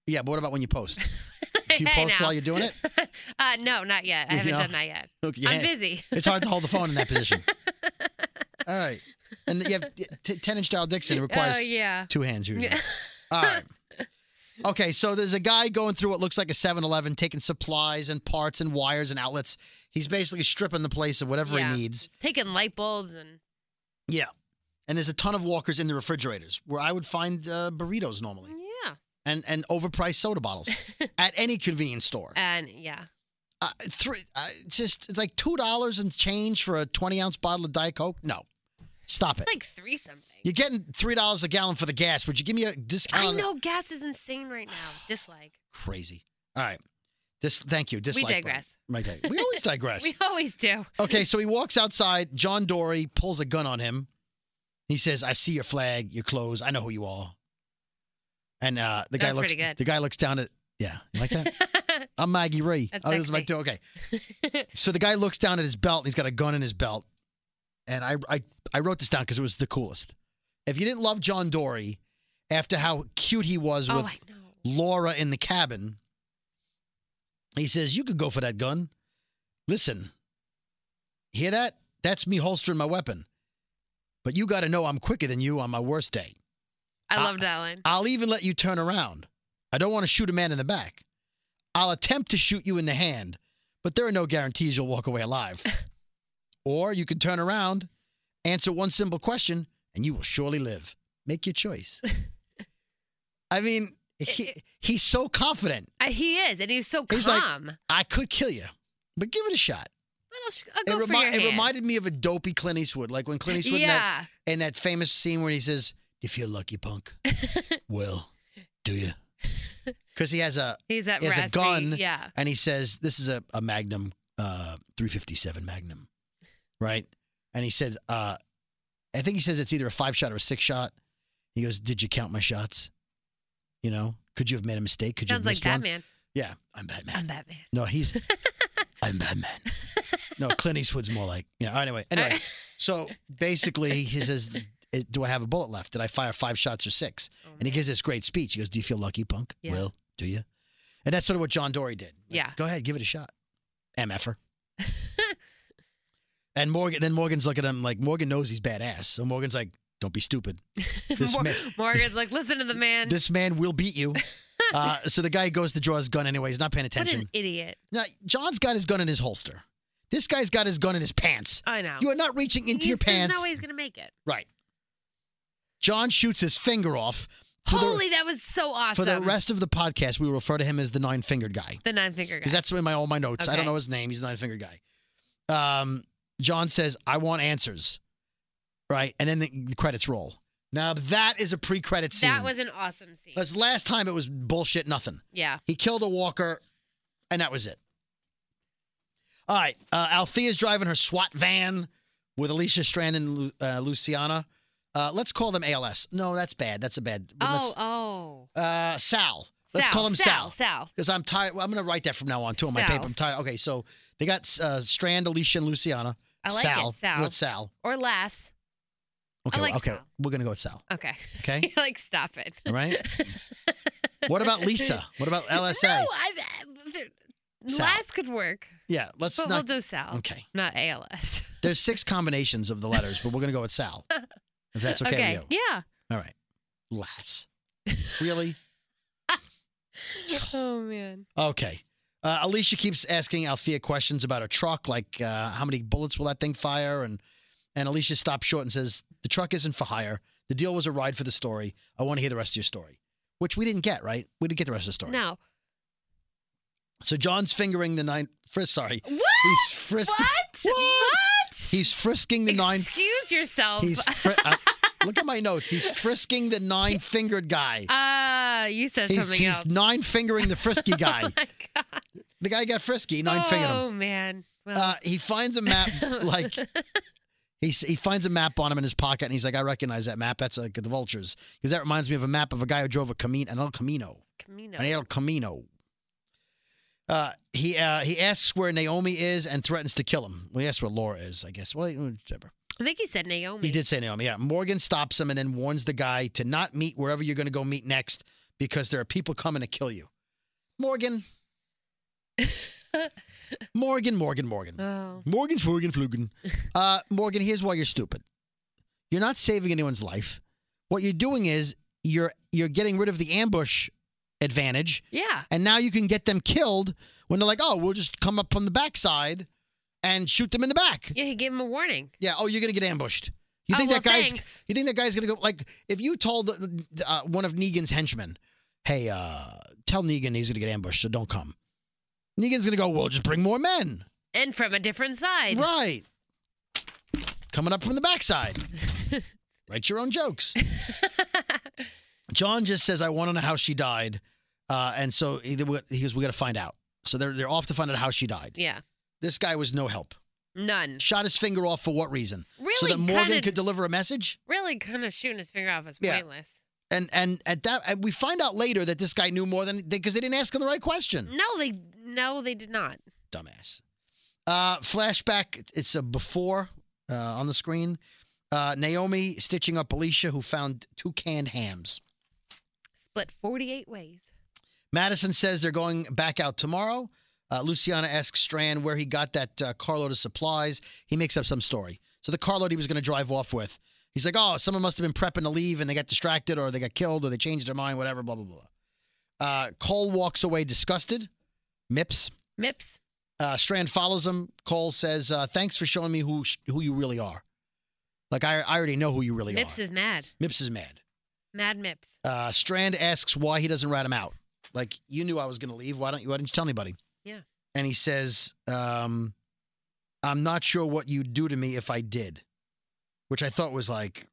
[SPEAKER 2] Yeah, but what about when you
[SPEAKER 3] <laughs>
[SPEAKER 2] post? <laughs> Do you post while you're doing it?
[SPEAKER 3] uh, no,
[SPEAKER 2] <laughs>
[SPEAKER 3] not yet. I
[SPEAKER 2] You
[SPEAKER 3] haven't
[SPEAKER 2] know?
[SPEAKER 3] done that yet.
[SPEAKER 2] Okay,
[SPEAKER 3] I'm
[SPEAKER 2] yeah.
[SPEAKER 3] busy.
[SPEAKER 2] It's hard to hold the phone in that
[SPEAKER 3] <laughs>
[SPEAKER 2] position. All right. And you have t- 10 inch dial Dixon <laughs> requires
[SPEAKER 3] oh yeah.
[SPEAKER 2] two hands usually.
[SPEAKER 3] Yeah.
[SPEAKER 2] All
[SPEAKER 3] <laughs>
[SPEAKER 2] right. Okay, so there's a guy going through what looks like a 7 Eleven, taking supplies and parts and wires and outlets. He's basically stripping the place of whatever
[SPEAKER 3] Yeah.
[SPEAKER 2] he needs.
[SPEAKER 3] Taking light bulbs and
[SPEAKER 2] Yeah. And there's a ton of walkers in the refrigerators where I would find uh, burritos normally
[SPEAKER 3] yeah.
[SPEAKER 2] and, and overpriced soda
[SPEAKER 3] <laughs>
[SPEAKER 2] bottles at any convenience store.
[SPEAKER 3] And yeah.
[SPEAKER 2] Uh, three, uh, just it's like $2 and change for a 20 ounce bottle of Diet Coke? No. Stop it.
[SPEAKER 3] It's like three something.
[SPEAKER 2] You're getting three dollars a gallon for the gas. Would you give me a discount?
[SPEAKER 3] I
[SPEAKER 2] on that?
[SPEAKER 3] know gas is insane right now. Dislike.
[SPEAKER 2] Crazy. All right. This. Thank you. Dislike.
[SPEAKER 3] we
[SPEAKER 2] button.
[SPEAKER 3] digress.
[SPEAKER 2] My
[SPEAKER 3] <laughs>
[SPEAKER 2] day. We always digress.
[SPEAKER 3] We always do. <laughs>
[SPEAKER 2] Okay, so he walks outside. John Dory pulls a gun on him. He says, "I see your flag, your clothes. I know who you are." And uh, the guy
[SPEAKER 3] That's
[SPEAKER 2] looks.
[SPEAKER 3] pretty good.
[SPEAKER 2] The guy looks down at. Yeah, you like that? I'm Maggie Ree.
[SPEAKER 3] That's
[SPEAKER 2] oh, this is my
[SPEAKER 3] sexy.
[SPEAKER 2] two. Okay.
[SPEAKER 3] <laughs>
[SPEAKER 2] So the guy looks down at his belt. and He's got a gun in his belt. And I I, I wrote this down because it was the coolest. If you didn't love John Dory, after how cute he was
[SPEAKER 3] oh,
[SPEAKER 2] with
[SPEAKER 3] I know.
[SPEAKER 2] Laura in the cabin. He says, You could go for that gun. Listen, hear that? That's me holstering my weapon. But you got to know I'm quicker than you on my worst day.
[SPEAKER 3] I
[SPEAKER 2] Uh,
[SPEAKER 3] loved that line.
[SPEAKER 2] I'll even let you turn around. I don't want to shoot a man in the back. I'll attempt to shoot you in the hand, but there are no guarantees you'll walk away
[SPEAKER 3] <laughs>
[SPEAKER 2] alive. or you can turn around, answer one simple question, and you will surely live. Make your
[SPEAKER 3] <laughs>
[SPEAKER 2] choice. I mean,
[SPEAKER 3] Eh,
[SPEAKER 2] he, he's so confident.
[SPEAKER 3] Uh, he is, and he was so
[SPEAKER 2] He's like-
[SPEAKER 3] calm.
[SPEAKER 2] I could kill you, but give it a shot.
[SPEAKER 3] what else? I'll
[SPEAKER 2] It,
[SPEAKER 3] go for
[SPEAKER 2] remi-
[SPEAKER 3] your
[SPEAKER 2] it
[SPEAKER 3] hand.
[SPEAKER 2] reminded me of a dopey Clint Eastwood, like when Clint Eastwood in that-
[SPEAKER 3] yeah.
[SPEAKER 2] in that famous scene where he says, "If you're lucky,
[SPEAKER 3] <laughs>
[SPEAKER 2] punk, well, do you?" Because he has a
[SPEAKER 3] He's at
[SPEAKER 2] he has a
[SPEAKER 3] raspy.
[SPEAKER 2] gun.
[SPEAKER 3] Yeah.
[SPEAKER 2] and he says, "This is a, a Magnum, uh, 357 Magnum, right?" And he says, uh, "I think he says it's either a five shot or a six shot." He goes, "Did you count my shots? You know, could you have made a mistake? Could
[SPEAKER 3] Sounds
[SPEAKER 2] you have
[SPEAKER 3] like
[SPEAKER 2] missed one?"
[SPEAKER 3] Batman.
[SPEAKER 2] Yeah, I'm Batman.
[SPEAKER 3] <laughs> I'm Batman.
[SPEAKER 2] No, he's I'm
[SPEAKER 3] <laughs>
[SPEAKER 2] Batman. No, Clint Eastwood's more like yeah. Anyway, anyway.
[SPEAKER 3] <laughs>
[SPEAKER 2] So basically, he says, "Eh, "Do I have a bullet left? Did I fire five shots or six?
[SPEAKER 3] Oh,
[SPEAKER 2] And he
[SPEAKER 3] man.
[SPEAKER 2] gives this great speech. He goes, "Do you feel lucky, punk?
[SPEAKER 3] Yeah.
[SPEAKER 2] Will do you?" And that's sort of what John Dory did. Like,
[SPEAKER 3] Yeah.
[SPEAKER 2] Go ahead, give it a shot,
[SPEAKER 3] <laughs>
[SPEAKER 2] mf'er. and Morgan, then Morgan's looking at him like Morgan knows he's badass. So Morgan's like, "Don't be stupid.
[SPEAKER 3] <laughs>
[SPEAKER 2] This
[SPEAKER 3] Mor-
[SPEAKER 2] man,
[SPEAKER 3] Morgan's like, listen to the man.
[SPEAKER 2] this man will beat
[SPEAKER 3] <laughs>
[SPEAKER 2] you." Uh, so the guy goes to draw his gun anyway. He's not paying
[SPEAKER 3] what
[SPEAKER 2] attention.
[SPEAKER 3] an idiot.
[SPEAKER 2] Now, John's got his gun in his holster. This guy's got his gun in his pants.
[SPEAKER 3] I know.
[SPEAKER 2] You are not reaching into
[SPEAKER 3] He's-
[SPEAKER 2] your pants.
[SPEAKER 3] There's no way he's gonna make it.
[SPEAKER 2] right. John shoots his finger off. For the-
[SPEAKER 3] Holy, that was so
[SPEAKER 2] for
[SPEAKER 3] awesome.
[SPEAKER 2] the rest of the podcast, we will refer to him as the nine fingered guy.
[SPEAKER 3] the nine finger guy.
[SPEAKER 2] Because that's in my, all my notes. I don't
[SPEAKER 3] Okay.
[SPEAKER 2] know his name. He's the nine fingered guy. Um, John says, I want answers. Right. And then the credits roll. Now, that is a pre credit scene.
[SPEAKER 3] that was an awesome scene.
[SPEAKER 2] Because last time it was bullshit, nothing.
[SPEAKER 3] yeah.
[SPEAKER 2] He killed a walker, and that was it. All right. Uh, Althea's driving her SWAT van with Alicia Strand and Lu- uh, Luciana. Uh, let's call them ALS. No, that's bad. That's a bad.
[SPEAKER 3] Oh,
[SPEAKER 2] let's-
[SPEAKER 3] oh.
[SPEAKER 2] Uh, Sal. Let's
[SPEAKER 3] Sal,
[SPEAKER 2] call him Sal.
[SPEAKER 3] Sal. Sal.
[SPEAKER 2] Because I'm tired. Well, I'm going to write that from now on too on my
[SPEAKER 3] Sal.
[SPEAKER 2] paper. I'm tired. Okay, so they got uh, Strand, Alicia, and Luciana.
[SPEAKER 3] I like
[SPEAKER 2] Sal.
[SPEAKER 3] it. Sal.
[SPEAKER 2] What's Sal?
[SPEAKER 3] or less.
[SPEAKER 2] Okay.
[SPEAKER 3] like
[SPEAKER 2] okay.
[SPEAKER 3] Sal.
[SPEAKER 2] We're going to go with Sal.
[SPEAKER 3] Okay. <laughs>
[SPEAKER 2] Okay.
[SPEAKER 3] You're like, stop it.
[SPEAKER 2] All right. what about Lisa? What about LSA?
[SPEAKER 3] <laughs> No, I, th-
[SPEAKER 2] Sal.
[SPEAKER 3] last could work,
[SPEAKER 2] Yeah. Let's
[SPEAKER 3] but we'll
[SPEAKER 2] not.
[SPEAKER 3] do Sal,
[SPEAKER 2] okay.
[SPEAKER 3] not ALS.
[SPEAKER 2] There's six combinations of the letters, but we're going to go with Sal. If that's okay, with you.
[SPEAKER 3] Yeah.
[SPEAKER 2] All right. Lass. Really? <sighs>
[SPEAKER 3] Oh man.
[SPEAKER 2] Okay. Uh, Alicia keeps asking Althea questions about her truck, like uh, how many bullets will that thing fire? And and Alicia stops short and says, The truck isn't for hire. The deal was a ride for the story. I want to hear the rest of your story, which we didn't get, right? We didn't get the rest of the story.
[SPEAKER 3] No.
[SPEAKER 2] So John's fingering the nine. Frisk, sorry.
[SPEAKER 3] What?
[SPEAKER 2] He's frisking.
[SPEAKER 3] What?
[SPEAKER 2] What?
[SPEAKER 3] What?
[SPEAKER 2] He's frisking the nine.
[SPEAKER 3] Excuse yourself.
[SPEAKER 2] He's fri- uh, look at my notes. He's frisking the nine-fingered guy.
[SPEAKER 3] uh, you said
[SPEAKER 2] He's,
[SPEAKER 3] something
[SPEAKER 2] he's
[SPEAKER 3] else.
[SPEAKER 2] nine fingering the frisky guy.
[SPEAKER 3] <laughs> Oh my god.
[SPEAKER 2] The guy got frisky, nine fingered him.
[SPEAKER 3] Oh man. Well,
[SPEAKER 2] Uh, he finds a
[SPEAKER 3] <laughs>
[SPEAKER 2] map, like he s- he finds a map on him in his pocket, and he's like, "I recognize that map. That's like the vultures, because that reminds me of a map of a guy who drove a Camino, an El Camino,
[SPEAKER 3] Camino.
[SPEAKER 2] an El Camino." Uh, he uh, he asks where Naomi is and threatens to kill him. Well, he asks where Laura is, I guess. Well, whichever.
[SPEAKER 3] I think he said Naomi.
[SPEAKER 2] He did say Naomi. Yeah. Morgan stops him and then warns the guy to not meet wherever you're going to go meet next because there are people coming to kill you. Morgan. Morgan, Morgan, Morgan.
[SPEAKER 3] Oh.
[SPEAKER 2] Morgan's Morgan Flugen. Uh, Morgan, here's why you're stupid. You're not saving anyone's life. What you're doing is you're you're getting rid of the ambush advantage,
[SPEAKER 3] Yeah.
[SPEAKER 2] and now you can get them killed when they're like, oh, we'll just come up from the backside and shoot them in the back.
[SPEAKER 3] Yeah. He gave him a warning.
[SPEAKER 2] Yeah. Oh, you're gonna get ambushed. You
[SPEAKER 3] Oh,
[SPEAKER 2] think that
[SPEAKER 3] well,
[SPEAKER 2] guy's?
[SPEAKER 3] thanks.
[SPEAKER 2] You think that guy's gonna go like if you told uh, one of Negan's henchmen, "Hey, uh, tell Negan he's gonna get ambushed, so don't come." Negan's gonna go, "Well, just bring more men."
[SPEAKER 3] And from a different side. <laughs>
[SPEAKER 2] Right. Coming up from the backside. Write your own jokes. <laughs> John just says, "I want to know how she died," uh, and so he, he goes, "We got to find out." So they're they're off to find out how she died.
[SPEAKER 3] yeah.
[SPEAKER 2] This guy was no help.
[SPEAKER 3] None.
[SPEAKER 2] Shot his finger off for what reason? so
[SPEAKER 3] Really
[SPEAKER 2] that Morgan
[SPEAKER 3] kinda-
[SPEAKER 2] could deliver a message.
[SPEAKER 3] Really kind of shooting his finger off is
[SPEAKER 2] Yeah.
[SPEAKER 3] pointless.
[SPEAKER 2] And and at that, and we find out later that this guy knew more than because they didn't ask him the right question.
[SPEAKER 3] No, they no, they did not.
[SPEAKER 2] dumbass. Uh, flashback. It's a before uh, on the screen. Uh, Naomi stitching up Alicia, who found two canned hams.
[SPEAKER 3] Split forty-eight ways.
[SPEAKER 2] Madison says they're going back out tomorrow. Uh, Luciana asks Strand where he got that uh, carload of supplies. He makes up some story. So the carload he was going to drive off with. He's like, oh, someone must have been prepping to leave and they got distracted or they got killed or they changed their mind, whatever, blah, blah, blah. Uh, Cole walks away disgusted. Mips.
[SPEAKER 3] Mips.
[SPEAKER 2] Uh, Strand follows him. Cole says, uh, "Thanks for showing me who sh- who you really are. Like I, I already know who you really
[SPEAKER 3] Mips
[SPEAKER 2] are."
[SPEAKER 3] is mad.
[SPEAKER 2] Mips is mad.
[SPEAKER 3] Mad Mips.
[SPEAKER 2] Uh, Strand asks why he doesn't rat him out. Like you knew I was going to leave. Why don't you? Why didn't you tell anybody?
[SPEAKER 3] Yeah.
[SPEAKER 2] And he says, um, "I'm not sure what you'd do to me if I did," which I thought was like,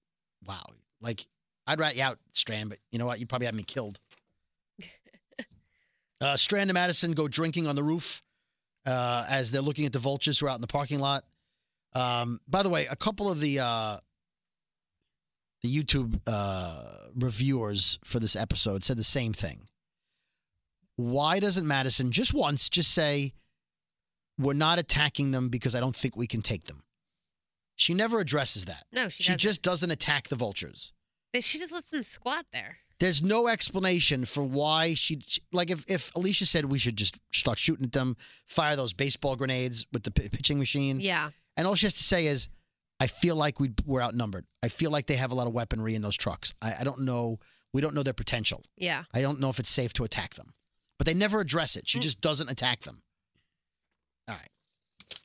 [SPEAKER 2] wow, like I'd rat you out, Strand, but you know what? You'd probably have me killed. uh, Strand and Madison go drinking on the roof uh, as they're looking at the vultures who are out in the parking lot. Um, by the way, a couple of the uh, the YouTube uh, reviewers for this episode said the same thing. Why doesn't Madison just once just say, "We're not attacking them because I don't think we can take them"? She never addresses that.
[SPEAKER 3] No, she,
[SPEAKER 2] she
[SPEAKER 3] doesn't.
[SPEAKER 2] just doesn't attack the vultures.
[SPEAKER 3] They- she just lets them squat there.
[SPEAKER 2] There's no explanation for why she like if if Alicia said we should just start shooting at them, fire those baseball grenades with the p- pitching machine,
[SPEAKER 3] Yeah.
[SPEAKER 2] and all she has to say is, "I feel like we we're outnumbered. I feel like they have a lot of weaponry in those trucks. I, I don't know. We don't know their potential.
[SPEAKER 3] Yeah.
[SPEAKER 2] I don't know if it's safe to attack them." But they never address it. She
[SPEAKER 3] Mm.
[SPEAKER 2] just doesn't attack them. All right,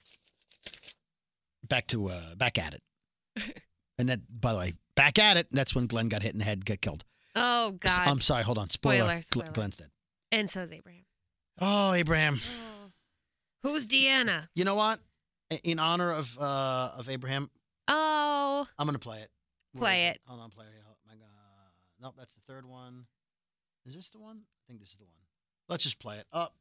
[SPEAKER 2] back to uh, back
[SPEAKER 3] <laughs>
[SPEAKER 2] at it. and that, by the way, back at it. That's when Glenn got hit in the head, got killed.
[SPEAKER 3] Oh
[SPEAKER 2] S-
[SPEAKER 3] God.
[SPEAKER 2] I'm sorry. Hold on. Spoiler.
[SPEAKER 3] Spoiler,
[SPEAKER 2] Gl-
[SPEAKER 3] spoiler.
[SPEAKER 2] Glenn's dead.
[SPEAKER 3] and so is Abraham.
[SPEAKER 2] Oh, Abraham.
[SPEAKER 3] Oh. Who's Deanna?
[SPEAKER 2] You know what? I- In honor of uh of Abraham,
[SPEAKER 3] Oh,
[SPEAKER 2] I'm gonna play it. Where
[SPEAKER 3] Play
[SPEAKER 2] is
[SPEAKER 3] it.
[SPEAKER 2] Hold on, play it. Oh my God. Nope, that's the third one. Is this the one? I think this is the one. Let's just play it. Up.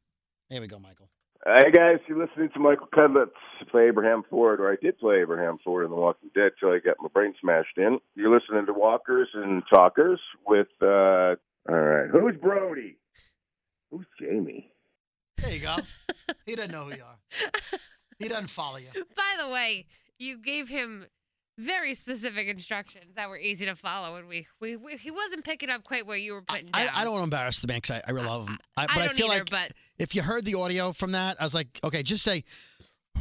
[SPEAKER 2] there we go, Michael.
[SPEAKER 4] Hey guys, you're listening to Michael Cudlitz play Abraham Ford, or I did play Abraham Ford in The Walking Dead till I got my brain smashed in. You're listening to Walkers and Talkers with uh all right. Who's Brody? Who's Jamie?
[SPEAKER 2] There
[SPEAKER 3] <laughs>
[SPEAKER 2] you go. he doesn't know who you are. He doesn't follow you.
[SPEAKER 3] by the way, you gave him very specific instructions that were easy to follow, and we, we, we he wasn't picking up quite what you were putting
[SPEAKER 2] I,
[SPEAKER 3] down.
[SPEAKER 2] I don't want to embarrass the man because I, I really love him. I, but I,
[SPEAKER 3] I don't
[SPEAKER 2] feel
[SPEAKER 3] either,
[SPEAKER 2] like
[SPEAKER 3] but
[SPEAKER 2] if you heard the audio from that, I was like, okay, just say,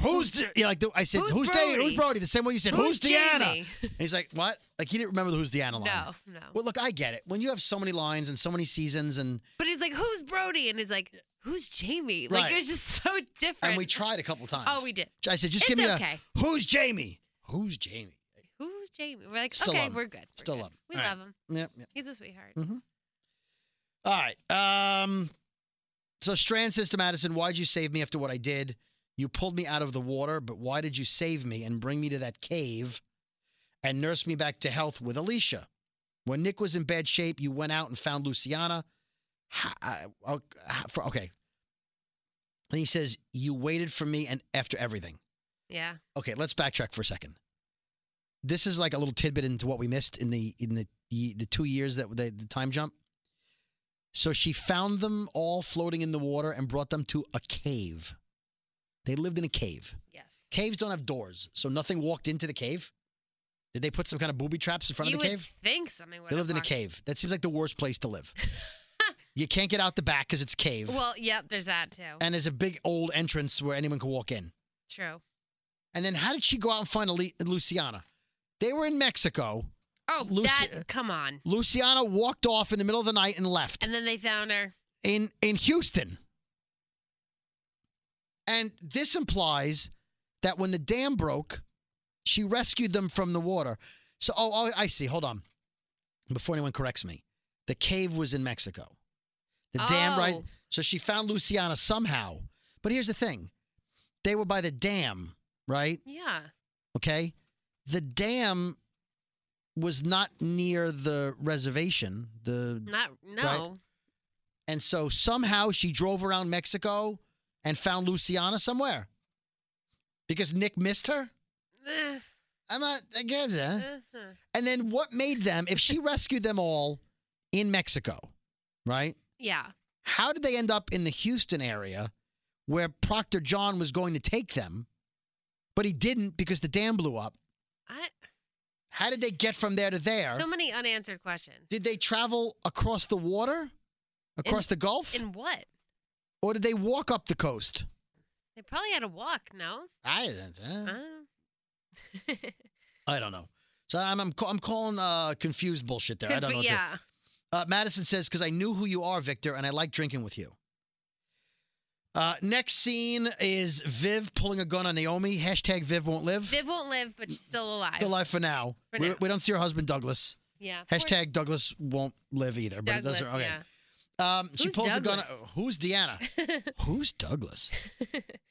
[SPEAKER 2] who's, the, yeah, like the, I said,
[SPEAKER 3] Who's
[SPEAKER 2] who's, Dave?
[SPEAKER 3] Brody?
[SPEAKER 2] Who's Brody? The same way you said,
[SPEAKER 3] who's
[SPEAKER 2] who's, Deanna?
[SPEAKER 3] Jamie? <laughs>
[SPEAKER 2] And he's like, what? Like he didn't remember the who's Deanna line.
[SPEAKER 3] No, no.
[SPEAKER 2] Well, look, I get it. When you have so many lines and so many seasons, and
[SPEAKER 3] But he's like, "Who's Brody?" And he's like, "Who's Jamie?" Like
[SPEAKER 2] Right.
[SPEAKER 3] it was just <laughs> so different.
[SPEAKER 2] and we tried a couple times.
[SPEAKER 3] Oh, we did.
[SPEAKER 2] I said, just
[SPEAKER 3] it's
[SPEAKER 2] give me
[SPEAKER 3] okay.
[SPEAKER 2] a who's Jamie? Who's Jamie?
[SPEAKER 3] Who's Jamie? We're like,
[SPEAKER 2] Still
[SPEAKER 3] okay,
[SPEAKER 2] love him.
[SPEAKER 3] we're good. We're
[SPEAKER 2] Still
[SPEAKER 3] good.
[SPEAKER 2] love him.
[SPEAKER 3] We
[SPEAKER 2] All right.
[SPEAKER 3] love him.
[SPEAKER 2] Yep, yep.
[SPEAKER 3] He's a sweetheart.
[SPEAKER 2] All right. Um. So Strand says to Madison, "Why'd you save me after what I did? You pulled me out of the water, but why did you save me and bring me to that cave, and nurse me back to health with Alicia? When Nick was in bad shape, you went out and found Luciana. Ha- I- I'll- ha- for- okay." And he says, "You waited for me, and after everything."
[SPEAKER 3] Yeah.
[SPEAKER 2] okay, let's backtrack for a second. This is like a little tidbit into what we missed in the in the ye- the two years that the, the time jump. So she found them all floating in the water and brought them to a cave. They lived in a cave.
[SPEAKER 3] Yes.
[SPEAKER 2] Caves don't have doors, so nothing walked into the cave. Did they put some kind of booby traps in front
[SPEAKER 3] you
[SPEAKER 2] of the
[SPEAKER 3] would
[SPEAKER 2] cave?
[SPEAKER 3] think something would.
[SPEAKER 2] They
[SPEAKER 3] have
[SPEAKER 2] lived in a
[SPEAKER 3] locked-
[SPEAKER 2] cave. That seems like the worst place to
[SPEAKER 3] <laughs>
[SPEAKER 2] live. you can't get out the back because it's a cave,
[SPEAKER 3] Well, yep. There's that too.
[SPEAKER 2] and there's a big old entrance where anyone can walk in.
[SPEAKER 3] True.
[SPEAKER 2] And then how did she go out and find Ali- Luciana? They were in Mexico.
[SPEAKER 3] Oh,
[SPEAKER 2] Lucy- uh,
[SPEAKER 3] that. Come on.
[SPEAKER 2] Luciana walked off in the middle of the night and left
[SPEAKER 3] And then they found her.
[SPEAKER 2] in in Houston. And this implies that when the dam broke, she rescued them from the water. So oh, oh I see. Hold on. Before anyone corrects me, the cave was in Mexico. The dam right
[SPEAKER 3] Oh.
[SPEAKER 2] so she found Luciana somehow. But here's the thing. They were by the dam, right?
[SPEAKER 3] Yeah.
[SPEAKER 2] okay? The dam was not near the reservation. The
[SPEAKER 3] Not no.
[SPEAKER 2] and so somehow she drove around Mexico and found Luciana somewhere because Nick missed her.
[SPEAKER 3] Eh,
[SPEAKER 2] I'm not. I gives a-
[SPEAKER 3] uh-huh.
[SPEAKER 2] And then what made them? If she rescued them all in Mexico, right?
[SPEAKER 3] Yeah.
[SPEAKER 2] How did they end up in the Houston area where Proctor John was going to take them, but he didn't because the dam blew up?
[SPEAKER 3] I,
[SPEAKER 2] How did they get from there to there?
[SPEAKER 3] so many unanswered questions.
[SPEAKER 2] Did they travel across the water, across the Gulf,
[SPEAKER 3] In what?
[SPEAKER 2] or did they walk up the coast?
[SPEAKER 3] They probably had a walk, no?
[SPEAKER 2] I don't,
[SPEAKER 3] I
[SPEAKER 2] uh,
[SPEAKER 3] don't know.
[SPEAKER 2] I don't know. So I'm I'm, ca- I'm calling uh, confused bullshit there. I don't know. what to-
[SPEAKER 3] yeah.
[SPEAKER 2] Uh, Madison says because I knew who you are, Victor, and I like drinking with you. Uh, next scene is Viv pulling a gun on Naomi. Hashtag Viv won't live.
[SPEAKER 3] Viv won't live, but she's still alive.
[SPEAKER 2] Still alive for now.
[SPEAKER 3] For
[SPEAKER 2] we,
[SPEAKER 3] now.
[SPEAKER 2] we don't see her husband Douglas.
[SPEAKER 3] Yeah. poor
[SPEAKER 2] Hashtag Douglas won't live either. But
[SPEAKER 3] Douglas,
[SPEAKER 2] it doesn't. Okay.
[SPEAKER 3] yeah.
[SPEAKER 2] Um, she
[SPEAKER 3] Who's
[SPEAKER 2] pulls the gun.
[SPEAKER 3] Douglas?
[SPEAKER 2] Who's Deanna?
[SPEAKER 3] <laughs>
[SPEAKER 2] who's Douglas?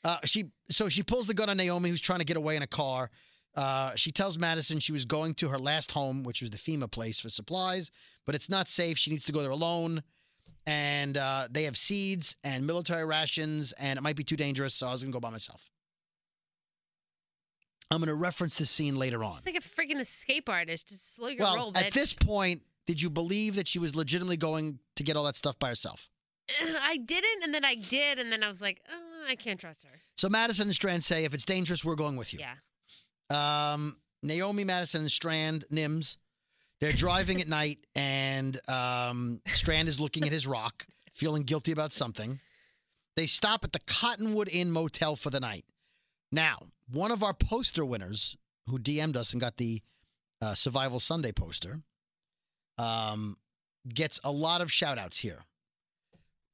[SPEAKER 2] Uh, she so she pulls the gun on Naomi, who's trying to get away in a car. Uh, she tells Madison she was going to her last home, which was the FEMA place for supplies, but it's not safe. She needs to go there alone. And uh, they have seeds and military rations, and it might be too dangerous, so I was gonna go by myself. I'm gonna reference this scene later on.
[SPEAKER 3] She's like a freaking escape artist. Just slow your
[SPEAKER 2] Well,
[SPEAKER 3] roll, bitch.
[SPEAKER 2] at this point, did you believe that she was legitimately going to get all that stuff by herself?
[SPEAKER 3] <laughs> I didn't, and then I did, and then I was like, oh, I can't trust her.
[SPEAKER 2] So Madison and Strand say, if it's dangerous, we're going with you.
[SPEAKER 3] Yeah.
[SPEAKER 2] Um, Naomi Madison and Strand Nims, they're driving at night, and um, Strand is looking at his rock, feeling guilty about something. They stop at the Cottonwood Inn Motel for the night. Now, one of our poster winners who DM'd us and got the uh, Survival Sunday poster um, gets a lot of shout outs here.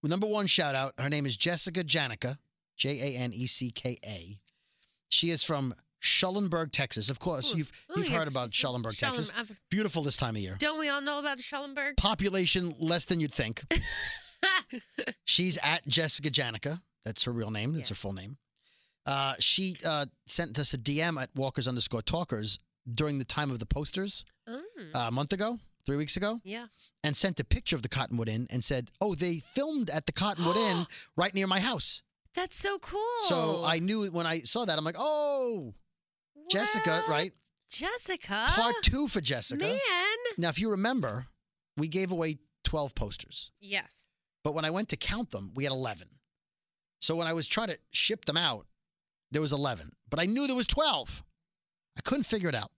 [SPEAKER 2] Number one shout out, her name is Jessica Janica, J A N E C K A. She is from Schulenburg, Texas. Of course,
[SPEAKER 3] Ooh,
[SPEAKER 2] you've
[SPEAKER 3] ooh,
[SPEAKER 2] you've
[SPEAKER 3] yeah,
[SPEAKER 2] heard about
[SPEAKER 3] she's from
[SPEAKER 2] Schulenburg, Texas.
[SPEAKER 3] Schulenburg.
[SPEAKER 2] Beautiful this time of year.
[SPEAKER 3] Don't we all know about <laughs> Schellenberg?
[SPEAKER 2] Population less than you'd
[SPEAKER 3] <laughs>
[SPEAKER 2] think. She's at Jessica Janica. That's her real name. That's her full name. Uh, she uh, sent us a DM at Walkers underscore Talkers during the time of the posters
[SPEAKER 3] Mm,
[SPEAKER 2] uh, a month ago, three weeks ago,
[SPEAKER 3] yeah.
[SPEAKER 2] and sent a picture of the Cottonwood Inn and said, "Oh, they filmed at the Cottonwood
[SPEAKER 3] <gasps>
[SPEAKER 2] Inn right near my house."
[SPEAKER 3] That's so cool. Oh.
[SPEAKER 2] So I knew it when I saw that. I'm like, "Oh, Jessica,
[SPEAKER 3] What?
[SPEAKER 2] right?
[SPEAKER 3] Jessica.
[SPEAKER 2] Part two for Jessica."
[SPEAKER 3] Man.
[SPEAKER 2] Now, if you remember, we gave away 12 posters.
[SPEAKER 3] Yes.
[SPEAKER 2] But when I went to count them, we had 11. So when I was trying to ship them out, there was 11. But I knew there was 12. I couldn't figure it out.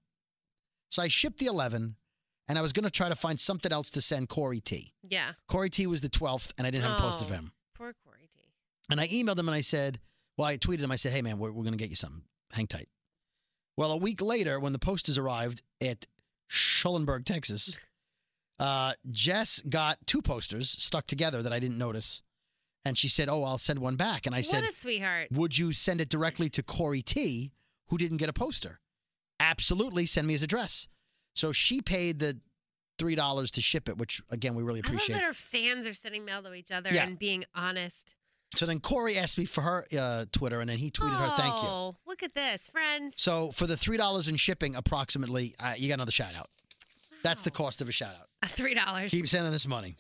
[SPEAKER 2] So I shipped the 11 and I was going to try to find something else to send Corey T.
[SPEAKER 3] Yeah.
[SPEAKER 2] Corey T was the 12th and I didn't have a poster for
[SPEAKER 3] Oh.
[SPEAKER 2] him.
[SPEAKER 3] Poor Corey T.
[SPEAKER 2] And I emailed him and I said, well, I tweeted him. I said, hey, man, we're, we're going to get you something. Hang tight. Well, a week later, when the posters arrived at Schulenburg,
[SPEAKER 3] <laughs>
[SPEAKER 2] Texas, uh, Jess got two posters stuck together that I didn't notice. And she said, oh, I'll send one back. And I said,
[SPEAKER 3] what a sweetheart.
[SPEAKER 2] would you send it directly to Corey T, who didn't get a poster? Absolutely. Send me his address. So she paid the $3 to ship it, which, again, we really
[SPEAKER 3] I love
[SPEAKER 2] appreciate.
[SPEAKER 3] that our fans are sending mail to each other
[SPEAKER 2] Yeah.
[SPEAKER 3] and being honest.
[SPEAKER 2] So then Corey asked me for her uh, Twitter, and then he tweeted her, thank you.
[SPEAKER 3] Oh, Look at this, friends. <laughs>
[SPEAKER 2] So for the three dollars in shipping, approximately, uh, you got another shout out. That's the
[SPEAKER 3] Wow.
[SPEAKER 2] cost of a shout out.
[SPEAKER 3] Uh, Three dollars.
[SPEAKER 2] Keep
[SPEAKER 3] The
[SPEAKER 2] sending this money.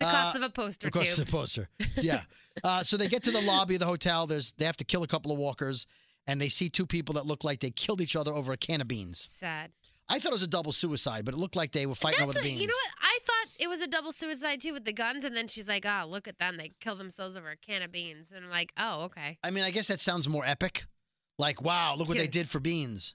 [SPEAKER 3] cost
[SPEAKER 2] uh,
[SPEAKER 3] of a poster
[SPEAKER 2] Of course,
[SPEAKER 3] tube.
[SPEAKER 2] the poster. Yeah. uh, so they get to the lobby of the hotel. There's they have to kill a couple of walkers, and they see two people that look like they killed each other over a can of beans.
[SPEAKER 3] Sad.
[SPEAKER 2] I thought it was a double suicide, but it looked like they were fighting over
[SPEAKER 3] That's
[SPEAKER 2] the
[SPEAKER 3] what,
[SPEAKER 2] beans.
[SPEAKER 3] you know what? I thought it was a double suicide too with the guns, and then she's like, "Ah, look at them. They kill themselves over a can of beans." And I'm like, "Oh, okay." <laughs>
[SPEAKER 2] I mean, I guess that sounds more epic. Like, wow, look what they
[SPEAKER 3] Yeah.
[SPEAKER 2] did for beans.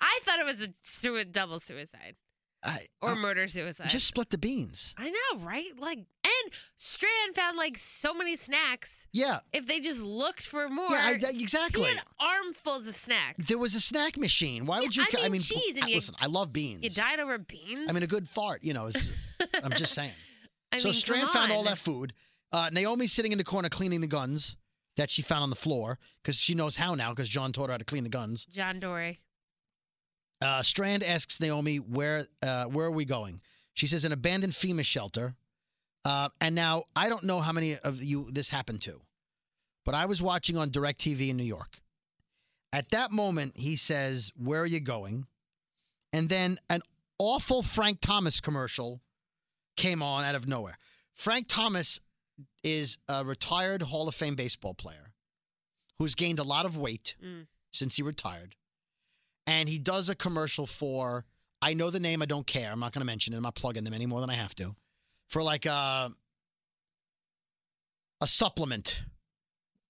[SPEAKER 3] I thought it was a sui- double suicide
[SPEAKER 2] I,
[SPEAKER 3] <laughs> or
[SPEAKER 2] I-
[SPEAKER 3] murder suicide.
[SPEAKER 2] Oh, just split the beans.
[SPEAKER 3] I know, right? Like, and Strand found like so many snacks.
[SPEAKER 2] Yeah.
[SPEAKER 3] If they just looked for more,
[SPEAKER 2] Yeah. I,
[SPEAKER 3] he
[SPEAKER 2] exactly.
[SPEAKER 3] had armfuls of snacks.
[SPEAKER 2] There was a snack machine. Why
[SPEAKER 3] Yeah,
[SPEAKER 2] would you?
[SPEAKER 3] I
[SPEAKER 2] ca-
[SPEAKER 3] mean, cheese and
[SPEAKER 2] I-
[SPEAKER 3] you-
[SPEAKER 2] listen, I love beans.
[SPEAKER 3] you died over beans.
[SPEAKER 2] I mean, a good fart, you know. Is, I'm
[SPEAKER 3] <laughs>
[SPEAKER 2] just saying.
[SPEAKER 3] I
[SPEAKER 2] so
[SPEAKER 3] mean, come
[SPEAKER 2] Strand found all
[SPEAKER 3] on.
[SPEAKER 2] that food. Uh, Naomi's sitting in the corner cleaning the guns that she found on the floor because she knows how now because John taught her how to clean the guns.
[SPEAKER 3] John Dory.
[SPEAKER 2] Uh, Strand asks Naomi, "Where, uh, where are we going?" She says, "An abandoned FEMA shelter." Uh, and now I don't know how many of you this happened to, but I was watching on Directv in New York. At that moment, he says, "Where are you going?" And then an awful Frank Thomas commercial came on out of nowhere. Frank Thomas is a retired Hall of Fame baseball player who's gained a lot of weight
[SPEAKER 3] Mm.
[SPEAKER 2] since he retired. And he does a commercial for, I know the name, I don't care. I'm not going to mention it. I'm not plugging them any more than I have to. For like a, a supplement.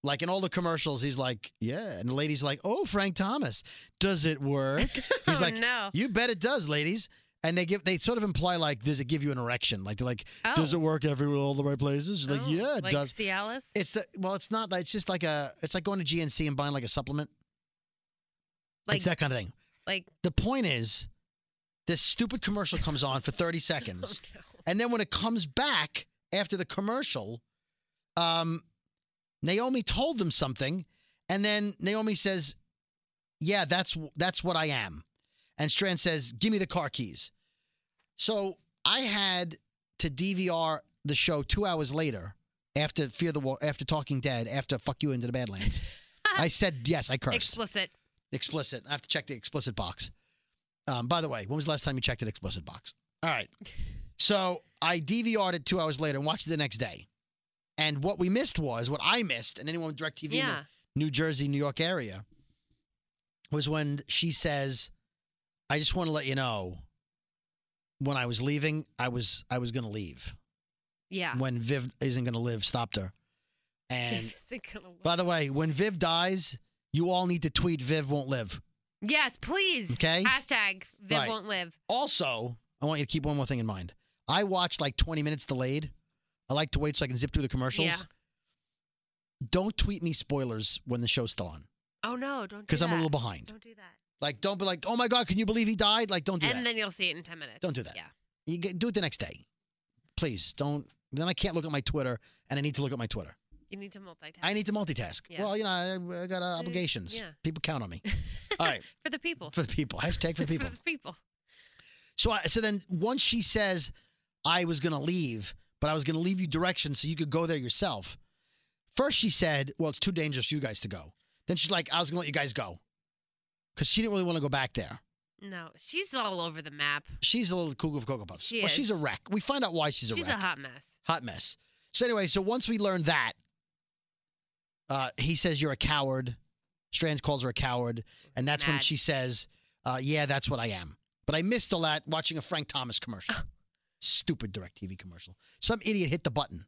[SPEAKER 2] Like in all the commercials, he's like, yeah. And the lady's like, oh, Frank Thomas, does it work? He's
[SPEAKER 3] <laughs> oh,
[SPEAKER 2] like,
[SPEAKER 3] no.
[SPEAKER 2] You bet it does, ladies. And they give they sort of imply like, does it give you an erection? Like they're like,
[SPEAKER 3] Oh.
[SPEAKER 2] does it work everywhere, all the right places? She's
[SPEAKER 3] Oh,
[SPEAKER 2] like, yeah, it
[SPEAKER 3] like
[SPEAKER 2] does.
[SPEAKER 3] Cialis?
[SPEAKER 2] It's the, well, it's not. like- It's just like a. It's like going to GNC and buying like a supplement.
[SPEAKER 3] like,
[SPEAKER 2] it's that kind of thing.
[SPEAKER 3] like,
[SPEAKER 2] The point is, this stupid commercial comes on for thirty
[SPEAKER 3] <laughs>
[SPEAKER 2] seconds,
[SPEAKER 3] oh, no.
[SPEAKER 2] and then when it comes back after the commercial, um, Naomi told them something, and then Naomi says, "Yeah, that's that's what I am," and Strand says, "Give me the car keys." So I had to DVR the show two hours later after Fear the Wa- after Talking Dead, after Fuck You into the
[SPEAKER 3] <laughs>
[SPEAKER 2] Badlands. I said yes, I cursed.
[SPEAKER 3] explicit.
[SPEAKER 2] Explicit. I have to check the explicit box. Um, by the way, when was the last time you checked an explicit box? All
[SPEAKER 3] <laughs>
[SPEAKER 2] right. So I DVR'd it two hours later and watched it the next day. And what we missed was what I missed, and anyone with DirecTV in
[SPEAKER 3] Yeah.
[SPEAKER 2] the New Jersey, New York area, was when she says, "I just want to let you know, when I was leaving, I was I was going to leave.
[SPEAKER 3] <laughs> Yeah.
[SPEAKER 2] When Viv isn't going to live, stopped her. And
[SPEAKER 3] <laughs> This isn't gonna work.
[SPEAKER 2] by the way, when Viv dies, you all need to tweet Viv won't live.
[SPEAKER 3] yes, please.
[SPEAKER 2] Okay.
[SPEAKER 3] Hashtag Viv
[SPEAKER 2] Right.
[SPEAKER 3] won't live.
[SPEAKER 2] Also, I want you to keep one more thing in mind. I watch like 20 minutes delayed. I like to wait so I can zip through the commercials.
[SPEAKER 3] Yeah.
[SPEAKER 2] Don't tweet me spoilers when the show's still on
[SPEAKER 3] Oh no, don't.
[SPEAKER 2] because
[SPEAKER 3] do
[SPEAKER 2] I'm a
[SPEAKER 3] that.
[SPEAKER 2] little behind.
[SPEAKER 3] Don't do that.
[SPEAKER 2] Like, don't be like, oh my God, can you believe he died? Like, don't do
[SPEAKER 3] and
[SPEAKER 2] that.
[SPEAKER 3] then you'll see it in ten minutes.
[SPEAKER 2] Don't do that.
[SPEAKER 3] Yeah.
[SPEAKER 2] you get, do it the next day. Please don't. Then I can't look at my Twitter and I need to look at my Twitter.
[SPEAKER 3] You need to multitask.
[SPEAKER 2] I need to multitask.
[SPEAKER 3] Yeah. Mm,
[SPEAKER 2] Well, you know, I, I got uh, obligations.
[SPEAKER 3] yeah.
[SPEAKER 2] People count on
[SPEAKER 3] <laughs>
[SPEAKER 2] me. All right.
[SPEAKER 3] for the people.
[SPEAKER 2] For the people. Hashtag for the people.
[SPEAKER 3] <laughs> for the people.
[SPEAKER 2] So I, so then once she says I was going to leave, but I was going to leave you directions so you could go there yourself. First she said, "Well, it's too dangerous for you guys to go." Then she's like, "I was going to let you guys go." Cuz she didn't really want to go back there.
[SPEAKER 3] No, she's all over the map.
[SPEAKER 2] She's a little cougar of cocoa puffs.
[SPEAKER 3] She
[SPEAKER 2] well, she's
[SPEAKER 3] is.
[SPEAKER 2] a wreck. We find out why she's a
[SPEAKER 3] she's
[SPEAKER 2] wreck.
[SPEAKER 3] a hot mess.
[SPEAKER 2] Hot mess. So anyway, so once we learned that, uh, he says you're a coward. Strands calls her a coward, and that's when
[SPEAKER 3] Mad.
[SPEAKER 2] she says, uh, "Yeah, that's what I am." But I missed all that watching a Frank Thomas
[SPEAKER 3] <laughs>
[SPEAKER 2] commercial. Stupid Directv commercial. Some idiot hit the button.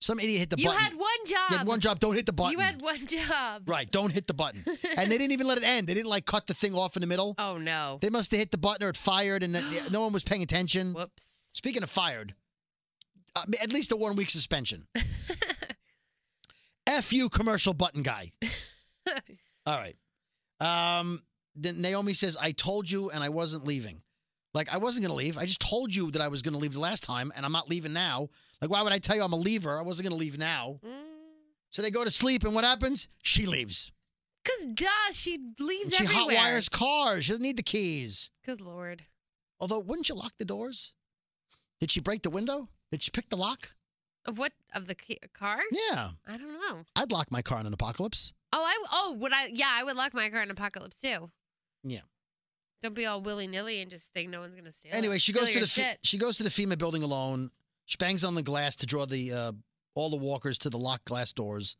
[SPEAKER 2] Some idiot hit the
[SPEAKER 3] you
[SPEAKER 2] button.
[SPEAKER 3] had one job.
[SPEAKER 2] You had one job. Don't hit the button.
[SPEAKER 3] You had one job.
[SPEAKER 2] right. Don't hit the
[SPEAKER 3] <laughs>
[SPEAKER 2] button. and they didn't even let it end. They didn't like cut the thing off in the middle.
[SPEAKER 3] Oh no.
[SPEAKER 2] They must have hit the button or it fired, and that- no one was paying attention.
[SPEAKER 3] Whoops.
[SPEAKER 2] Speaking of fired, uh, at least a one week
[SPEAKER 3] <laughs>
[SPEAKER 2] suspension. F you commercial button
[SPEAKER 3] <laughs>
[SPEAKER 2] guy. All right. Um, then Naomi says, I told you and I wasn't leaving. Like, I wasn't going to leave. I just told you that I was going to leave the last time and I'm not leaving now. Like, why would I tell you I'm a leaver? I wasn't going to leave now. So they go to sleep and what happens? She leaves.
[SPEAKER 3] Cause duh, she leaves
[SPEAKER 2] she hot
[SPEAKER 3] everywhere.
[SPEAKER 2] wires cars. She doesn't need the keys.
[SPEAKER 3] Good lord.
[SPEAKER 2] Although, wouldn't you lock the doors? Did she break the window? Did she pick the lock?
[SPEAKER 3] Of what of the ca- car?
[SPEAKER 2] Yeah.
[SPEAKER 3] I don't know.
[SPEAKER 2] I'd lock my car in an apocalypse.
[SPEAKER 3] Oh, I oh would I? Yeah, I would lock my car in apocalypse too.
[SPEAKER 2] Yeah.
[SPEAKER 3] Don't be all willy nilly and just think no one's gonna steal. it.
[SPEAKER 2] Anyway, she
[SPEAKER 3] Steal
[SPEAKER 2] goes to
[SPEAKER 3] your
[SPEAKER 2] the fe-
[SPEAKER 3] shit.
[SPEAKER 2] she goes to the FEMA building alone. She bangs on the glass to draw the uh, all the walkers to the locked glass doors.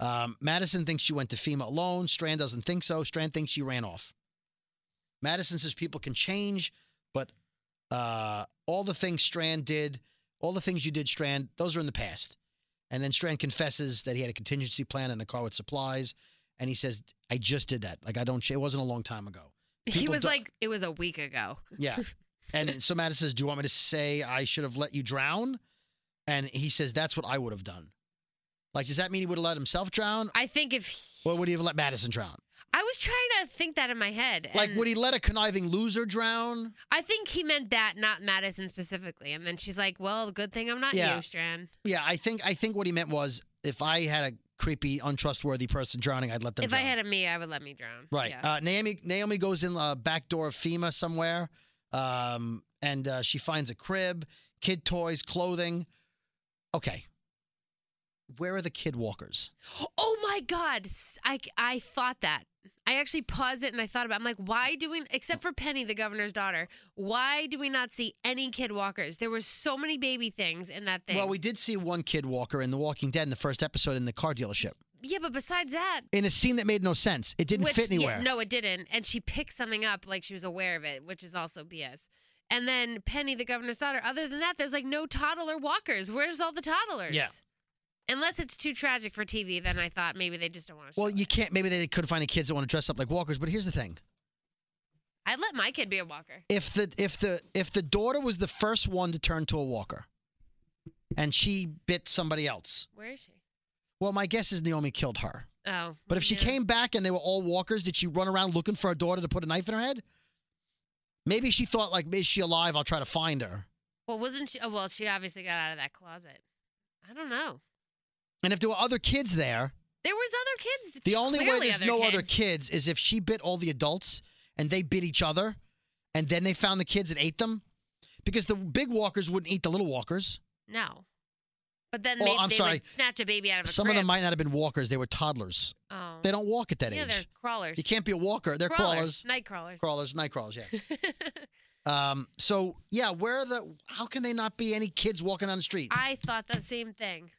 [SPEAKER 2] Um, Madison thinks she went to FEMA alone. Strand doesn't think so. Strand thinks she ran off. Madison says people can change, but uh, all the things Strand did, all the things you did, Strand, those are in the past. And then Strand confesses that he had a contingency plan in the car with supplies, and he says, "I just did that. Like I don't. ch- It wasn't a long time ago."
[SPEAKER 3] he
[SPEAKER 2] people
[SPEAKER 3] was
[SPEAKER 2] don't-
[SPEAKER 3] like, it was a week ago.
[SPEAKER 2] Yeah. And so Mattis says, Do you want me to say I should have let you drown? And he says, That's what I would have done. Like, does that mean he would have let himself drown?
[SPEAKER 3] I think if he-
[SPEAKER 2] Or would he have let Madison drown?
[SPEAKER 3] I was trying to think that in my head.
[SPEAKER 2] Like,
[SPEAKER 3] and
[SPEAKER 2] would he let a conniving loser drown?
[SPEAKER 3] I think he meant that, not Madison specifically. And then she's like, "Well, good thing I'm not
[SPEAKER 2] Yeah.
[SPEAKER 3] you, Strand.
[SPEAKER 2] Yeah, I think I think what he meant was if I had a creepy, untrustworthy person drowning, I'd let them
[SPEAKER 3] if
[SPEAKER 2] drown.
[SPEAKER 3] I had a me, I would let me drown."
[SPEAKER 2] right.
[SPEAKER 3] Yeah.
[SPEAKER 2] Uh, Naomi Naomi goes in uh, back door of FEMA somewhere, um, and uh, she finds a crib, kid toys, clothing. Okay. Where are the kid walkers?
[SPEAKER 3] Oh my God. S- I, I thought that. I actually paused it and I thought about it. I'm like, why do we, except for Penny, the governor's daughter, why do we not see any kid walkers? There were so many baby things in that thing.
[SPEAKER 2] Well, we did see one kid walker in The Walking Dead in the first episode in the car dealership
[SPEAKER 3] yeah, but besides that,
[SPEAKER 2] in a scene that made no sense. It didn't
[SPEAKER 3] which,
[SPEAKER 2] fit
[SPEAKER 3] yeah,
[SPEAKER 2] anywhere.
[SPEAKER 3] no, it didn't. And she picked something up like she was aware of it, which is also BS. And then Penny, the governor's daughter. Other than that, there's like no toddler walkers. Where's all the toddlers?
[SPEAKER 2] Yeah.
[SPEAKER 3] Unless it's too tragic for TV, then I thought maybe they just don't want to.
[SPEAKER 2] Well,
[SPEAKER 3] show
[SPEAKER 2] you
[SPEAKER 3] it.
[SPEAKER 2] can't. Maybe they couldn't find any kids that want to dress up like walkers. But here's the thing:
[SPEAKER 3] I'd let my kid be a walker.
[SPEAKER 2] if the if the if the daughter was the first one to turn to a walker, and she bit somebody else,
[SPEAKER 3] Where is she?
[SPEAKER 2] well, my guess is Naomi killed her.
[SPEAKER 3] Oh.
[SPEAKER 2] But if she
[SPEAKER 3] yeah.
[SPEAKER 2] came back and they were all walkers, did she run around looking for her daughter to put a knife in her head? Maybe she thought like, is she alive? I'll try to find her.
[SPEAKER 3] Well, wasn't she? Oh, well, she obviously got out of that closet. I don't know.
[SPEAKER 2] And if there were other kids there,
[SPEAKER 3] There was other kids.
[SPEAKER 2] the only way
[SPEAKER 3] clearly
[SPEAKER 2] there's no other
[SPEAKER 3] kids.
[SPEAKER 2] kids is if she bit all the adults and they bit each other, and then they found the kids and ate them, because the big walkers wouldn't eat the little walkers.
[SPEAKER 3] No. But then
[SPEAKER 2] Oh,
[SPEAKER 3] they,
[SPEAKER 2] I'm
[SPEAKER 3] they
[SPEAKER 2] sorry.
[SPEAKER 3] would snatch a baby out of a
[SPEAKER 2] Some of
[SPEAKER 3] crib.
[SPEAKER 2] them might not have been walkers; they were toddlers.
[SPEAKER 3] Oh.
[SPEAKER 2] They don't walk at that
[SPEAKER 3] yeah, they're
[SPEAKER 2] age.
[SPEAKER 3] crawlers.
[SPEAKER 2] You can't be a walker. They're crawlers,
[SPEAKER 3] Night crawlers.
[SPEAKER 2] crawlers, night crawlers. Yeah. Um, so yeah, where are the how can they not be any kids walking on the street?
[SPEAKER 3] <laughs> I thought that same thing.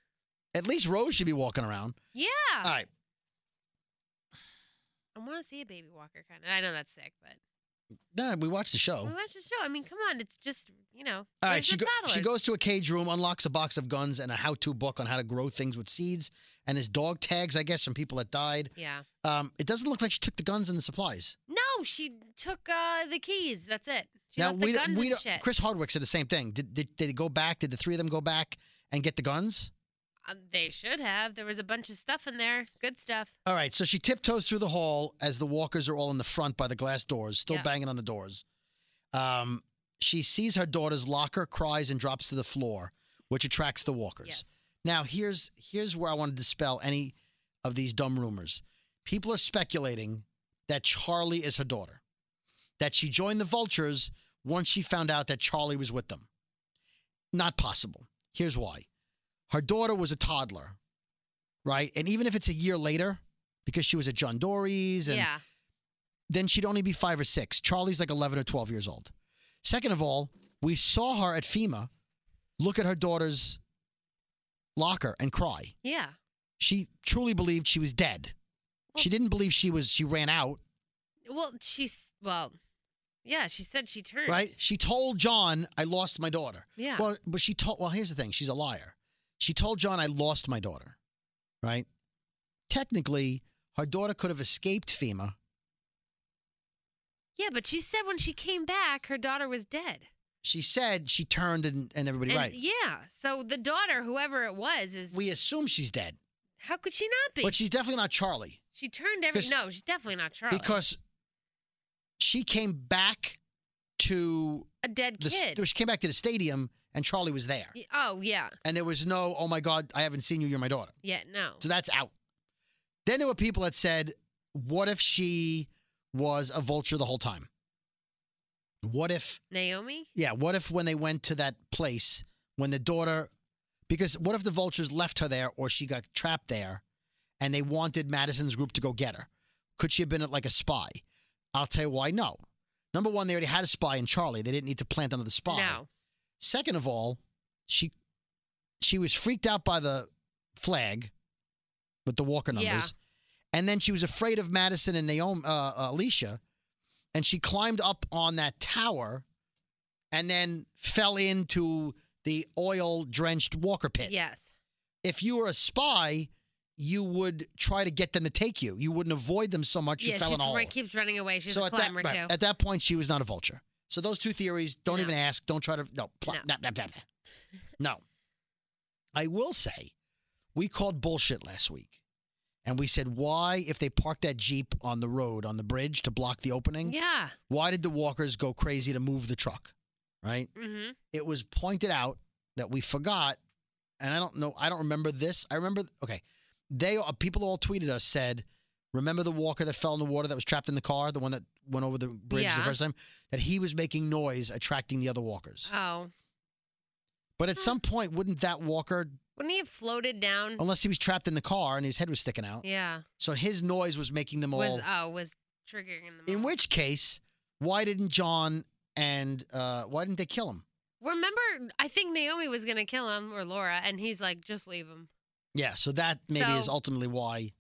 [SPEAKER 2] At least Rose should be walking around.
[SPEAKER 3] Yeah.
[SPEAKER 2] All right,
[SPEAKER 3] I want to see a baby walker kind of. I know that's sick, but
[SPEAKER 2] nah, we watched the show.
[SPEAKER 3] we watch the show. I mean, come on, it's just you know.
[SPEAKER 2] Oh. All right,
[SPEAKER 3] where's
[SPEAKER 2] she,
[SPEAKER 3] the
[SPEAKER 2] go- she
[SPEAKER 3] toddlers?
[SPEAKER 2] goes to a cage room, unlocks a box of guns and a how-to book on how to grow things with seeds, and his dog tags, I guess, from people that died.
[SPEAKER 3] Yeah.
[SPEAKER 2] Um, it doesn't look like she took the guns and the supplies.
[SPEAKER 3] No, she took uh, the keys. That's it. She left the
[SPEAKER 2] don't-
[SPEAKER 3] guns and
[SPEAKER 2] don't-
[SPEAKER 3] shit.
[SPEAKER 2] Chris Hardwick said the same thing. Did, did did they go back? Did the three of them go back and get the guns?
[SPEAKER 3] Um, they should have. There was a bunch of stuff in there. Good stuff.
[SPEAKER 2] All right, so she tiptoes through the hall as the walkers are all in the front by the glass doors, still
[SPEAKER 3] Yeah.
[SPEAKER 2] banging on the doors. Um, she sees her daughter's locker, cries, and drops to the floor, which attracts the walkers.
[SPEAKER 3] Yes.
[SPEAKER 2] Now, here's here's where I want to dispel any of these dumb rumors. People are speculating that Charlie is her daughter, that she joined the vultures once she found out that Charlie was with them. Not possible. Here's why. Her daughter was a toddler, right? And even if it's a year later, because she was at John Dory's and
[SPEAKER 3] Yeah.
[SPEAKER 2] then she'd only be five or six. Charlie's like 11 or 12 years old. Second of all, we saw her at FEMA look at her daughter's locker and cry.
[SPEAKER 3] Yeah.
[SPEAKER 2] She truly believed she was dead. She didn't believe she was, she ran out,
[SPEAKER 3] Well, she's well. Yeah, she said she turned.
[SPEAKER 2] right? She told John, I lost my daughter.
[SPEAKER 3] Yeah.
[SPEAKER 2] Well, but she told, well, here's the thing she's a liar. She told John, I lost my daughter, right? Technically, her daughter could have escaped FEMA.
[SPEAKER 3] Yeah, but she said when she came back, her daughter was dead.
[SPEAKER 2] She said she turned and, and everybody,
[SPEAKER 3] And
[SPEAKER 2] right?
[SPEAKER 3] Yeah. So the daughter, whoever it was, is
[SPEAKER 2] We assume she's dead,
[SPEAKER 3] how could she not be?
[SPEAKER 2] but she's definitely not Charlie.
[SPEAKER 3] she turned every.
[SPEAKER 2] 'cause-
[SPEAKER 3] No, she's definitely not Charlie.
[SPEAKER 2] because she came back to
[SPEAKER 3] a dead
[SPEAKER 2] the st-
[SPEAKER 3] kid.
[SPEAKER 2] she came back to the stadium and Charlie was there,
[SPEAKER 3] Y- oh yeah,
[SPEAKER 2] and there was no oh my god I haven't seen you you're my daughter,
[SPEAKER 3] yeah. No.
[SPEAKER 2] so that's out. Then there were people that said, what if she was a vulture the whole time? What if
[SPEAKER 3] Naomi.
[SPEAKER 2] yeah? What if when they went to that place when the daughter because what if the vultures left her there or she got trapped there and they wanted Madison's group to go get her? Could she have been like a spy? I'll tell you why. No. Number one, they already had a spy in Charlie. They didn't need to plant another spy.
[SPEAKER 3] No.
[SPEAKER 2] Second of all, she she was freaked out by the flag with the Walker numbers,
[SPEAKER 3] Yeah.
[SPEAKER 2] and then she was afraid of Madison and Naomi, uh, uh, Alicia, and she climbed up on that tower, and then fell into the oil drenched Walker pit.
[SPEAKER 3] Yes.
[SPEAKER 2] If you were a spy, you would try to get them to take you. You wouldn't avoid them so much. You
[SPEAKER 3] yeah.
[SPEAKER 2] fell
[SPEAKER 3] She
[SPEAKER 2] in a hole.
[SPEAKER 3] keeps running away. She's
[SPEAKER 2] so
[SPEAKER 3] a
[SPEAKER 2] at that
[SPEAKER 3] climber
[SPEAKER 2] right,
[SPEAKER 3] too.
[SPEAKER 2] at that point, she was not a vulture. So those two theories, don't
[SPEAKER 3] No.
[SPEAKER 2] even ask. Don't try to no. Pl-
[SPEAKER 3] No.
[SPEAKER 2] nah, nah, nah, nah. no. I will say, we called bullshit last week, and we said why if they parked that jeep on the road on the bridge to block the opening,
[SPEAKER 3] yeah.
[SPEAKER 2] why did the walkers go crazy to move the truck? Right.
[SPEAKER 3] Mm-hmm.
[SPEAKER 2] It was pointed out that we forgot, and I don't know. I don't remember this. I remember. Okay, they uh, people all tweeted us said. Remember the walker that fell in the water that was trapped in the car, the one that went over the bridge the
[SPEAKER 3] Yeah.
[SPEAKER 2] first time? That he was making
[SPEAKER 3] Uh,
[SPEAKER 2] noise, attracting the other walkers.
[SPEAKER 3] Oh.
[SPEAKER 2] But at some point, wouldn't that walker
[SPEAKER 3] Wouldn't he have floated down?
[SPEAKER 2] Unless he was trapped in the car and his head was sticking out.
[SPEAKER 3] Yeah.
[SPEAKER 2] So his noise was making them all.
[SPEAKER 3] Was oh was triggering them.
[SPEAKER 2] in
[SPEAKER 3] all.
[SPEAKER 2] which case, why didn't John and uh, why didn't they kill him?
[SPEAKER 3] Remember, I think Naomi was gonna kill him or Laura, and he's like, just leave him.
[SPEAKER 2] Yeah, so that maybe is
[SPEAKER 3] So-
[SPEAKER 2] ultimately why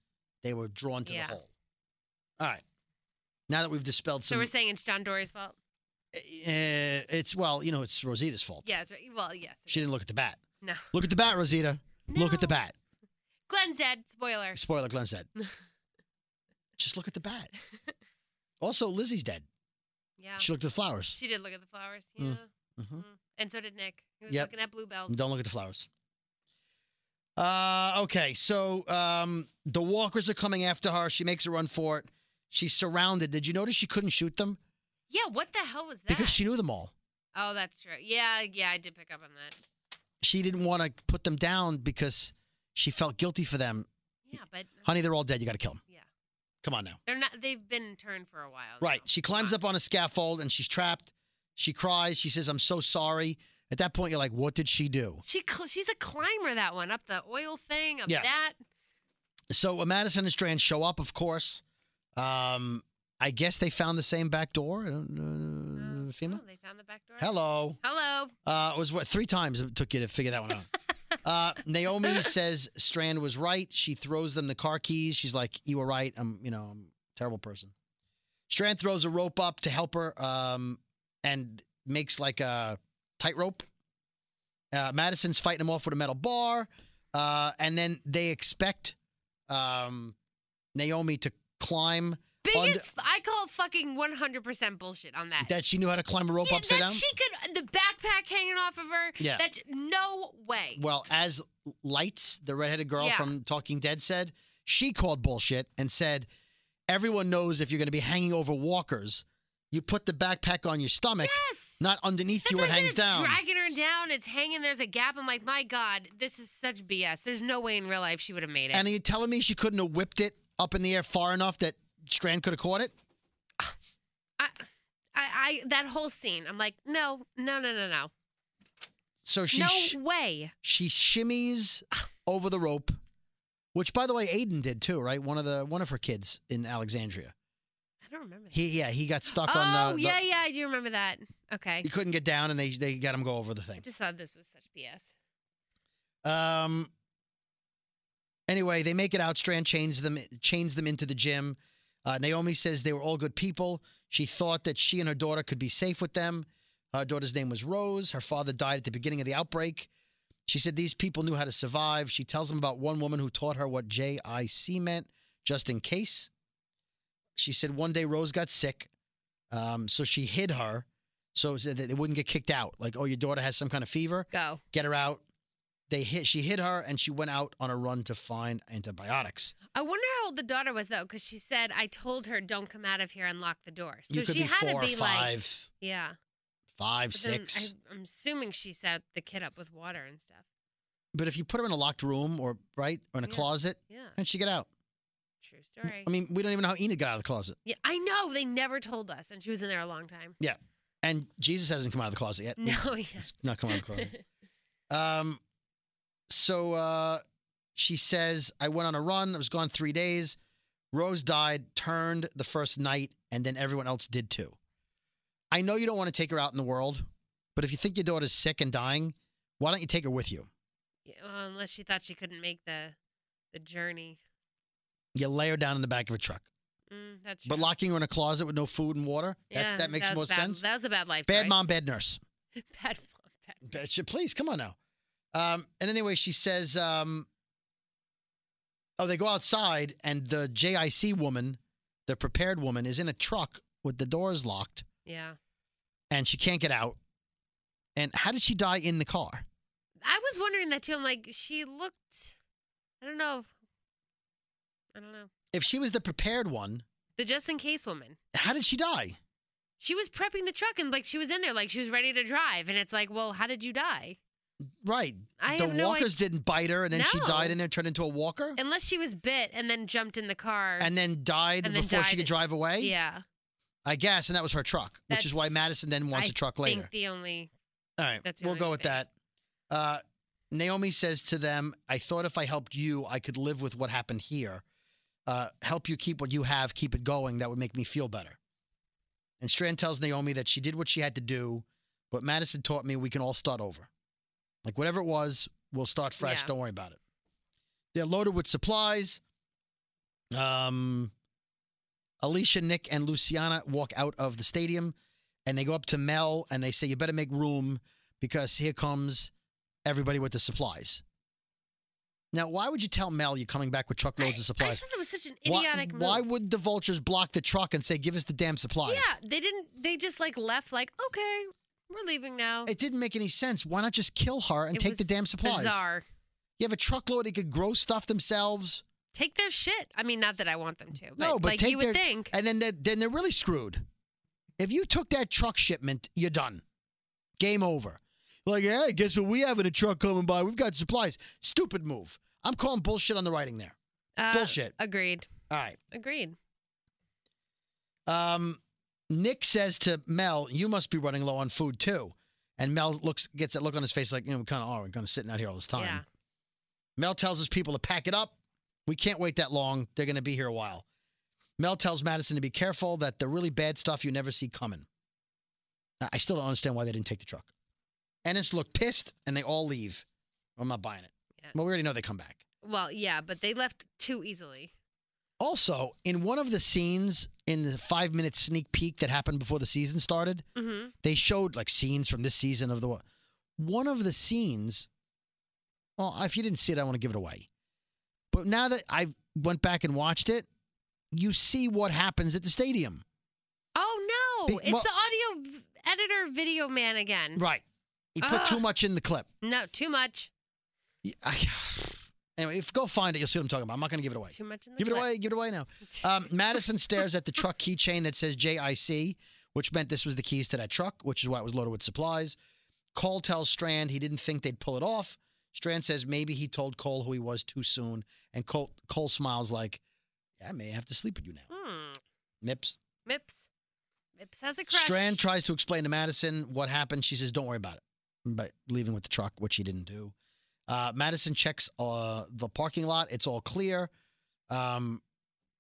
[SPEAKER 2] they were drawn to
[SPEAKER 3] Yeah.
[SPEAKER 2] the hole. All right. Now that we've dispelled
[SPEAKER 3] So
[SPEAKER 2] some,
[SPEAKER 3] we're saying it's John Dory's fault.
[SPEAKER 2] uh, it's well, you know, it's Rosita's fault.
[SPEAKER 3] Yeah, that's right. Well, yes. it
[SPEAKER 2] She
[SPEAKER 3] is.
[SPEAKER 2] didn't look at the bat.
[SPEAKER 3] No.
[SPEAKER 2] Look at the bat, Rosita. Look at the
[SPEAKER 3] No.
[SPEAKER 2] bat.
[SPEAKER 3] Glenn's dead. Spoiler.
[SPEAKER 2] Spoiler, Glenn
[SPEAKER 3] <laughs>
[SPEAKER 2] said. Just look at the bat. Also, Lizzie's dead.
[SPEAKER 3] Yeah.
[SPEAKER 2] She looked at the flowers.
[SPEAKER 3] She did look at the flowers. Yeah.
[SPEAKER 2] Mm. hmm
[SPEAKER 3] Mm. And so did Nick. He was
[SPEAKER 2] Yep.
[SPEAKER 3] looking at bluebells.
[SPEAKER 2] Don't look at the flowers. Uh, okay, so um, the walkers are coming after her. She makes a run for it. She's surrounded. Did you notice she couldn't shoot them
[SPEAKER 3] Yeah. What the hell was that?
[SPEAKER 2] because she knew them all?
[SPEAKER 3] Oh, that's true. Yeah. Yeah. I did pick up on that.
[SPEAKER 2] She didn't want to put them down because she felt guilty for them.
[SPEAKER 3] Yeah, but
[SPEAKER 2] Honey, they're all dead. You got to kill them.
[SPEAKER 3] Yeah.
[SPEAKER 2] Come on now.
[SPEAKER 3] they're not. They've been turned for a while.
[SPEAKER 2] Right.
[SPEAKER 3] now.
[SPEAKER 2] She climbs
[SPEAKER 3] Come
[SPEAKER 2] up on a scaffold and she's trapped. She cries. She says, "I'm so sorry." At that point, you're like, "What did she do?"
[SPEAKER 3] on. She cl- she's a climber. That one up the oil thing. Up
[SPEAKER 2] Yeah.
[SPEAKER 3] that.
[SPEAKER 2] So uh, Madison and Strand show up, of course. Um, I guess they found the same back door. I don't know.
[SPEAKER 3] Oh,
[SPEAKER 2] FEMA.
[SPEAKER 3] oh, they found the back door.
[SPEAKER 2] Hello.
[SPEAKER 3] Hello.
[SPEAKER 2] Uh, it was what three times it took you to figure that one out. Uh, Naomi says Strand was right. She throws them the car keys. She's like, "You were right. I'm, you know, I'm a terrible person." Strand throws a rope up to help her, um, and makes like a tightrope. Uh, Madison's fighting him off with a metal bar, uh, and then they expect um, Naomi to climb.
[SPEAKER 3] Biggest. f- I call fucking one hundred percent bullshit on that.
[SPEAKER 2] That she knew how to climb a rope
[SPEAKER 3] Yeah,
[SPEAKER 2] upside
[SPEAKER 3] that
[SPEAKER 2] down.
[SPEAKER 3] she could the backpack hanging off of her.
[SPEAKER 2] Yeah.
[SPEAKER 3] That's no way.
[SPEAKER 2] Well, as Lights, the redheaded girl
[SPEAKER 3] Yeah.
[SPEAKER 2] from Talking Dead, said, she called bullshit and said, Everyone knows if you're going to be hanging over walkers, you put the backpack on your stomach,
[SPEAKER 3] yes.
[SPEAKER 2] not underneath
[SPEAKER 3] That's
[SPEAKER 2] you where
[SPEAKER 3] what
[SPEAKER 2] it
[SPEAKER 3] I'm saying,
[SPEAKER 2] hangs
[SPEAKER 3] it's
[SPEAKER 2] down.
[SPEAKER 3] dragging her down. It's hanging. There's a gap. I'm like, my God, this is such BS. There's no way in real life she would have made it.
[SPEAKER 2] and are you telling me she couldn't have whipped it up in the air far enough that Strand could have caught it?
[SPEAKER 3] I, I, I, that whole scene. I'm like, no, no, no, no, no,
[SPEAKER 2] So she
[SPEAKER 3] no
[SPEAKER 2] sh-
[SPEAKER 3] way.
[SPEAKER 2] she
[SPEAKER 3] <sighs>
[SPEAKER 2] shimmies over the rope, which, by the way, Aiden did too, right? One of the one of her kids in Alexandria.
[SPEAKER 3] I don't remember. That.
[SPEAKER 2] He yeah, he got stuck
[SPEAKER 3] oh
[SPEAKER 2] on the, the-
[SPEAKER 3] yeah, yeah, I do remember that. Okay,
[SPEAKER 2] he couldn't get down, and they they got him go over the
[SPEAKER 3] I
[SPEAKER 2] thing.
[SPEAKER 3] just thought this was such BS.
[SPEAKER 2] Um. Anyway, they make it out. Strand chains them, chains them into the gym. Uh, Naomi says they were all good people. She thought that she and her daughter could be safe with them. Her daughter's name was Rose. Her father died at the beginning of the outbreak. She said these people knew how to survive. She tells them about one woman who taught her what JIC meant, just in case. She said one day Rose got sick, um, so she hid her so that they wouldn't get kicked out. Like, oh, your daughter has some kind of fever
[SPEAKER 3] Go.
[SPEAKER 2] get her out. They hit. She hit her, and she went out on a run to find antibiotics.
[SPEAKER 3] I wonder how old the daughter was though, because she said I told her don't come out of here and lock the door. So
[SPEAKER 2] you could
[SPEAKER 3] she
[SPEAKER 2] be
[SPEAKER 3] had
[SPEAKER 2] four,
[SPEAKER 3] to be like,
[SPEAKER 2] five,
[SPEAKER 3] yeah,
[SPEAKER 2] five,
[SPEAKER 3] But then
[SPEAKER 2] six.
[SPEAKER 3] I, I'm assuming she set the kid up with water and stuff.
[SPEAKER 2] But if you put her in a locked room or right or in a
[SPEAKER 3] Yeah.
[SPEAKER 2] closet,
[SPEAKER 3] Yeah,
[SPEAKER 2] how'd she get out?
[SPEAKER 3] true story.
[SPEAKER 2] I mean, we don't even know how Enid got out of the closet,
[SPEAKER 3] yeah, I know they never told us, and she was in there a long
[SPEAKER 2] <laughs>
[SPEAKER 3] time.
[SPEAKER 2] and Jesus hasn't come out of the closet yet.
[SPEAKER 3] No, <laughs> yeah.
[SPEAKER 2] He's not come out of the closet. Um, so uh, she says, I went on a run. I was gone three days. Rose died, turned the first night, and then everyone else did too. I know you don't want to take her out in the world, but if you think your daughter's sick and dying, why don't you take her with you?
[SPEAKER 3] <laughs> Yeah, well, unless she thought she couldn't make the the journey.
[SPEAKER 2] You lay her down in the back of a truck.
[SPEAKER 3] Mm, that's
[SPEAKER 2] But
[SPEAKER 3] true.
[SPEAKER 2] locking her in a closet with no food and water, that's,
[SPEAKER 3] Yeah,
[SPEAKER 2] that makes more
[SPEAKER 3] was bad-
[SPEAKER 2] sense.
[SPEAKER 3] That was a bad life.
[SPEAKER 2] Bad
[SPEAKER 3] choice.
[SPEAKER 2] mom, bad nurse.
[SPEAKER 3] <laughs> bad mom. Bad.
[SPEAKER 2] Bet you- Please, come on now. Um, and anyway, she says, um, oh, they go outside, and the JIC woman, the prepared woman, is in a truck with the doors locked,
[SPEAKER 3] Yeah,
[SPEAKER 2] and she can't get out. And how did she die in the car?
[SPEAKER 3] I was wondering that too. I'm like, she looked. I don't know. I don't know.
[SPEAKER 2] If she was the prepared one,
[SPEAKER 3] The just in case woman.
[SPEAKER 2] how did she die?
[SPEAKER 3] She was prepping the truck and like she was in there, like she was ready to drive. And it's like, well, how did you die?
[SPEAKER 2] Right.
[SPEAKER 3] I
[SPEAKER 2] the
[SPEAKER 3] have no
[SPEAKER 2] walkers didn't bite her, and then she
[SPEAKER 3] No.
[SPEAKER 2] died in there, turned into a walker,
[SPEAKER 3] Unless she was bit and then jumped in the car.
[SPEAKER 2] and then died
[SPEAKER 3] And then
[SPEAKER 2] before she
[SPEAKER 3] died-
[SPEAKER 2] could drive away.
[SPEAKER 3] yeah,
[SPEAKER 2] I guess, and that was her truck, which is why
[SPEAKER 3] That's-
[SPEAKER 2] Madison then wants
[SPEAKER 3] I
[SPEAKER 2] a truck later.
[SPEAKER 3] think the only
[SPEAKER 2] All right,
[SPEAKER 3] That's the
[SPEAKER 2] we'll
[SPEAKER 3] only
[SPEAKER 2] go with
[SPEAKER 3] thing.
[SPEAKER 2] that. Uh, Naomi says to them, I thought if I helped you, I could live with what happened here. Uh, help you keep what you have, keep it going. That would make me feel better. And Strand tells Naomi that she did what she had to do, but Madison taught me we can all start over. Like whatever it was, we'll start fresh.
[SPEAKER 3] Yeah.
[SPEAKER 2] Don't worry about it. They're loaded with supplies. Um, Alicia, Nick, and Luciana walk out of the stadium and they go up to Mel and they say, You better make room because here comes everybody with the supplies. Now, why would you tell Mel you're coming back with truckloads
[SPEAKER 3] I,
[SPEAKER 2] of
[SPEAKER 3] I
[SPEAKER 2] supplies?
[SPEAKER 3] thought that was such an
[SPEAKER 2] Why,
[SPEAKER 3] idiotic
[SPEAKER 2] why
[SPEAKER 3] move.
[SPEAKER 2] would the vultures block the truck and say, Give us the damn supplies?
[SPEAKER 3] Yeah, they didn't. They just like left. Like, okay, we're leaving now.
[SPEAKER 2] It didn't make any sense. Why not just kill her and
[SPEAKER 3] It
[SPEAKER 2] take
[SPEAKER 3] was
[SPEAKER 2] the damn supplies?
[SPEAKER 3] Bizarre.
[SPEAKER 2] You have a truckload, they could grow stuff themselves.
[SPEAKER 3] Take their shit. I mean, not that I want them to. But,
[SPEAKER 2] no, but
[SPEAKER 3] like
[SPEAKER 2] take
[SPEAKER 3] you would
[SPEAKER 2] their,
[SPEAKER 3] think.
[SPEAKER 2] and then they're, then they're really screwed. If you took that truck shipment, you're done. Game over. Like, hey, guess what? We have in a truck coming by. We've got supplies. Stupid move. I'm calling bullshit on the writing there.
[SPEAKER 3] Uh,
[SPEAKER 2] bullshit.
[SPEAKER 3] Agreed.
[SPEAKER 2] All right.
[SPEAKER 3] Agreed.
[SPEAKER 2] Um, Nick says to Mel, "You must be running low on food too." And Mel looks gets that look on his face like, "You know, we kind of are. We're kind of sitting out here all this time."
[SPEAKER 3] Yeah.
[SPEAKER 2] Mel tells his people to pack it up. We can't wait that long. They're going to be here a while. Mel tells Madison to be careful that the really bad stuff you never see coming. I- I still don't understand why they didn't take the truck. Ennis look pissed, and they all leave. I'm not buying it.
[SPEAKER 3] Yeah.
[SPEAKER 2] Well, we already know they come back.
[SPEAKER 3] Well, yeah, but they left too easily.
[SPEAKER 2] Also, in one of the scenes in the five minute sneak peek that happened before the season started,
[SPEAKER 3] hmm
[SPEAKER 2] they showed like scenes from this season of the wa- one of the scenes. Well, if you didn't see it, I want to give it away. But now that I went back and watched it, you see what happens at the stadium.
[SPEAKER 3] Oh no!
[SPEAKER 2] Be-
[SPEAKER 3] it's
[SPEAKER 2] well-
[SPEAKER 3] the audio v- editor, video man again.
[SPEAKER 2] Right. He put too
[SPEAKER 3] Ah.
[SPEAKER 2] much in the clip.
[SPEAKER 3] No, too much.
[SPEAKER 2] Y- I- <sighs> Anyway, if go find it, you'll see what I'm talking about. I'm not going to give it away.
[SPEAKER 3] Too much in the
[SPEAKER 2] Give it
[SPEAKER 3] clip.
[SPEAKER 2] away. Give it away now. Um, Madison stares at the truck keychain that says JIC, which meant this was the keys to that truck, which is why it was loaded with supplies. Cole tells Strand he didn't think they'd pull it off. Strand says maybe he told Cole who he was too soon, and Cole Cole smiles like, "I may have to sleep with you now."
[SPEAKER 3] <laughs> Hmm.
[SPEAKER 2] Nips.
[SPEAKER 3] Mips. Mips has a crush.
[SPEAKER 2] Strand
[SPEAKER 3] <laughs>
[SPEAKER 2] tries to explain to Madison what happened. She says, "Don't worry about it," but leaving with the truck, which he didn't do. Uh, Madison checks uh, the parking lot; it's all clear. Um,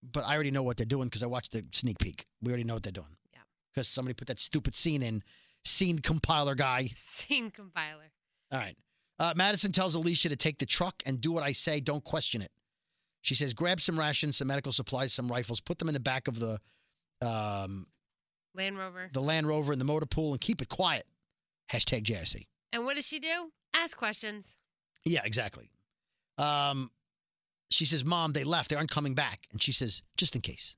[SPEAKER 2] but I already know what they're doing because I watched the sneak peek. We already know what they're doing.
[SPEAKER 3] Yeah.
[SPEAKER 2] Because somebody put that stupid scene in, scene compiler guy.
[SPEAKER 3] Scene compiler.
[SPEAKER 2] All right. Uh, Madison tells Alicia to take the truck and do what I say. Don't question it. She says, "Grab some rations, some medical supplies, some rifles. Put them in the back of the um,
[SPEAKER 3] Land Rover.
[SPEAKER 2] the Land Rover and the motor pool and keep it quiet. Hashtag JIC.
[SPEAKER 3] And what does she do? Ask questions.
[SPEAKER 2] Yeah, exactly. Um, she says, Mom, they left. They aren't coming back. And she says, Just in case.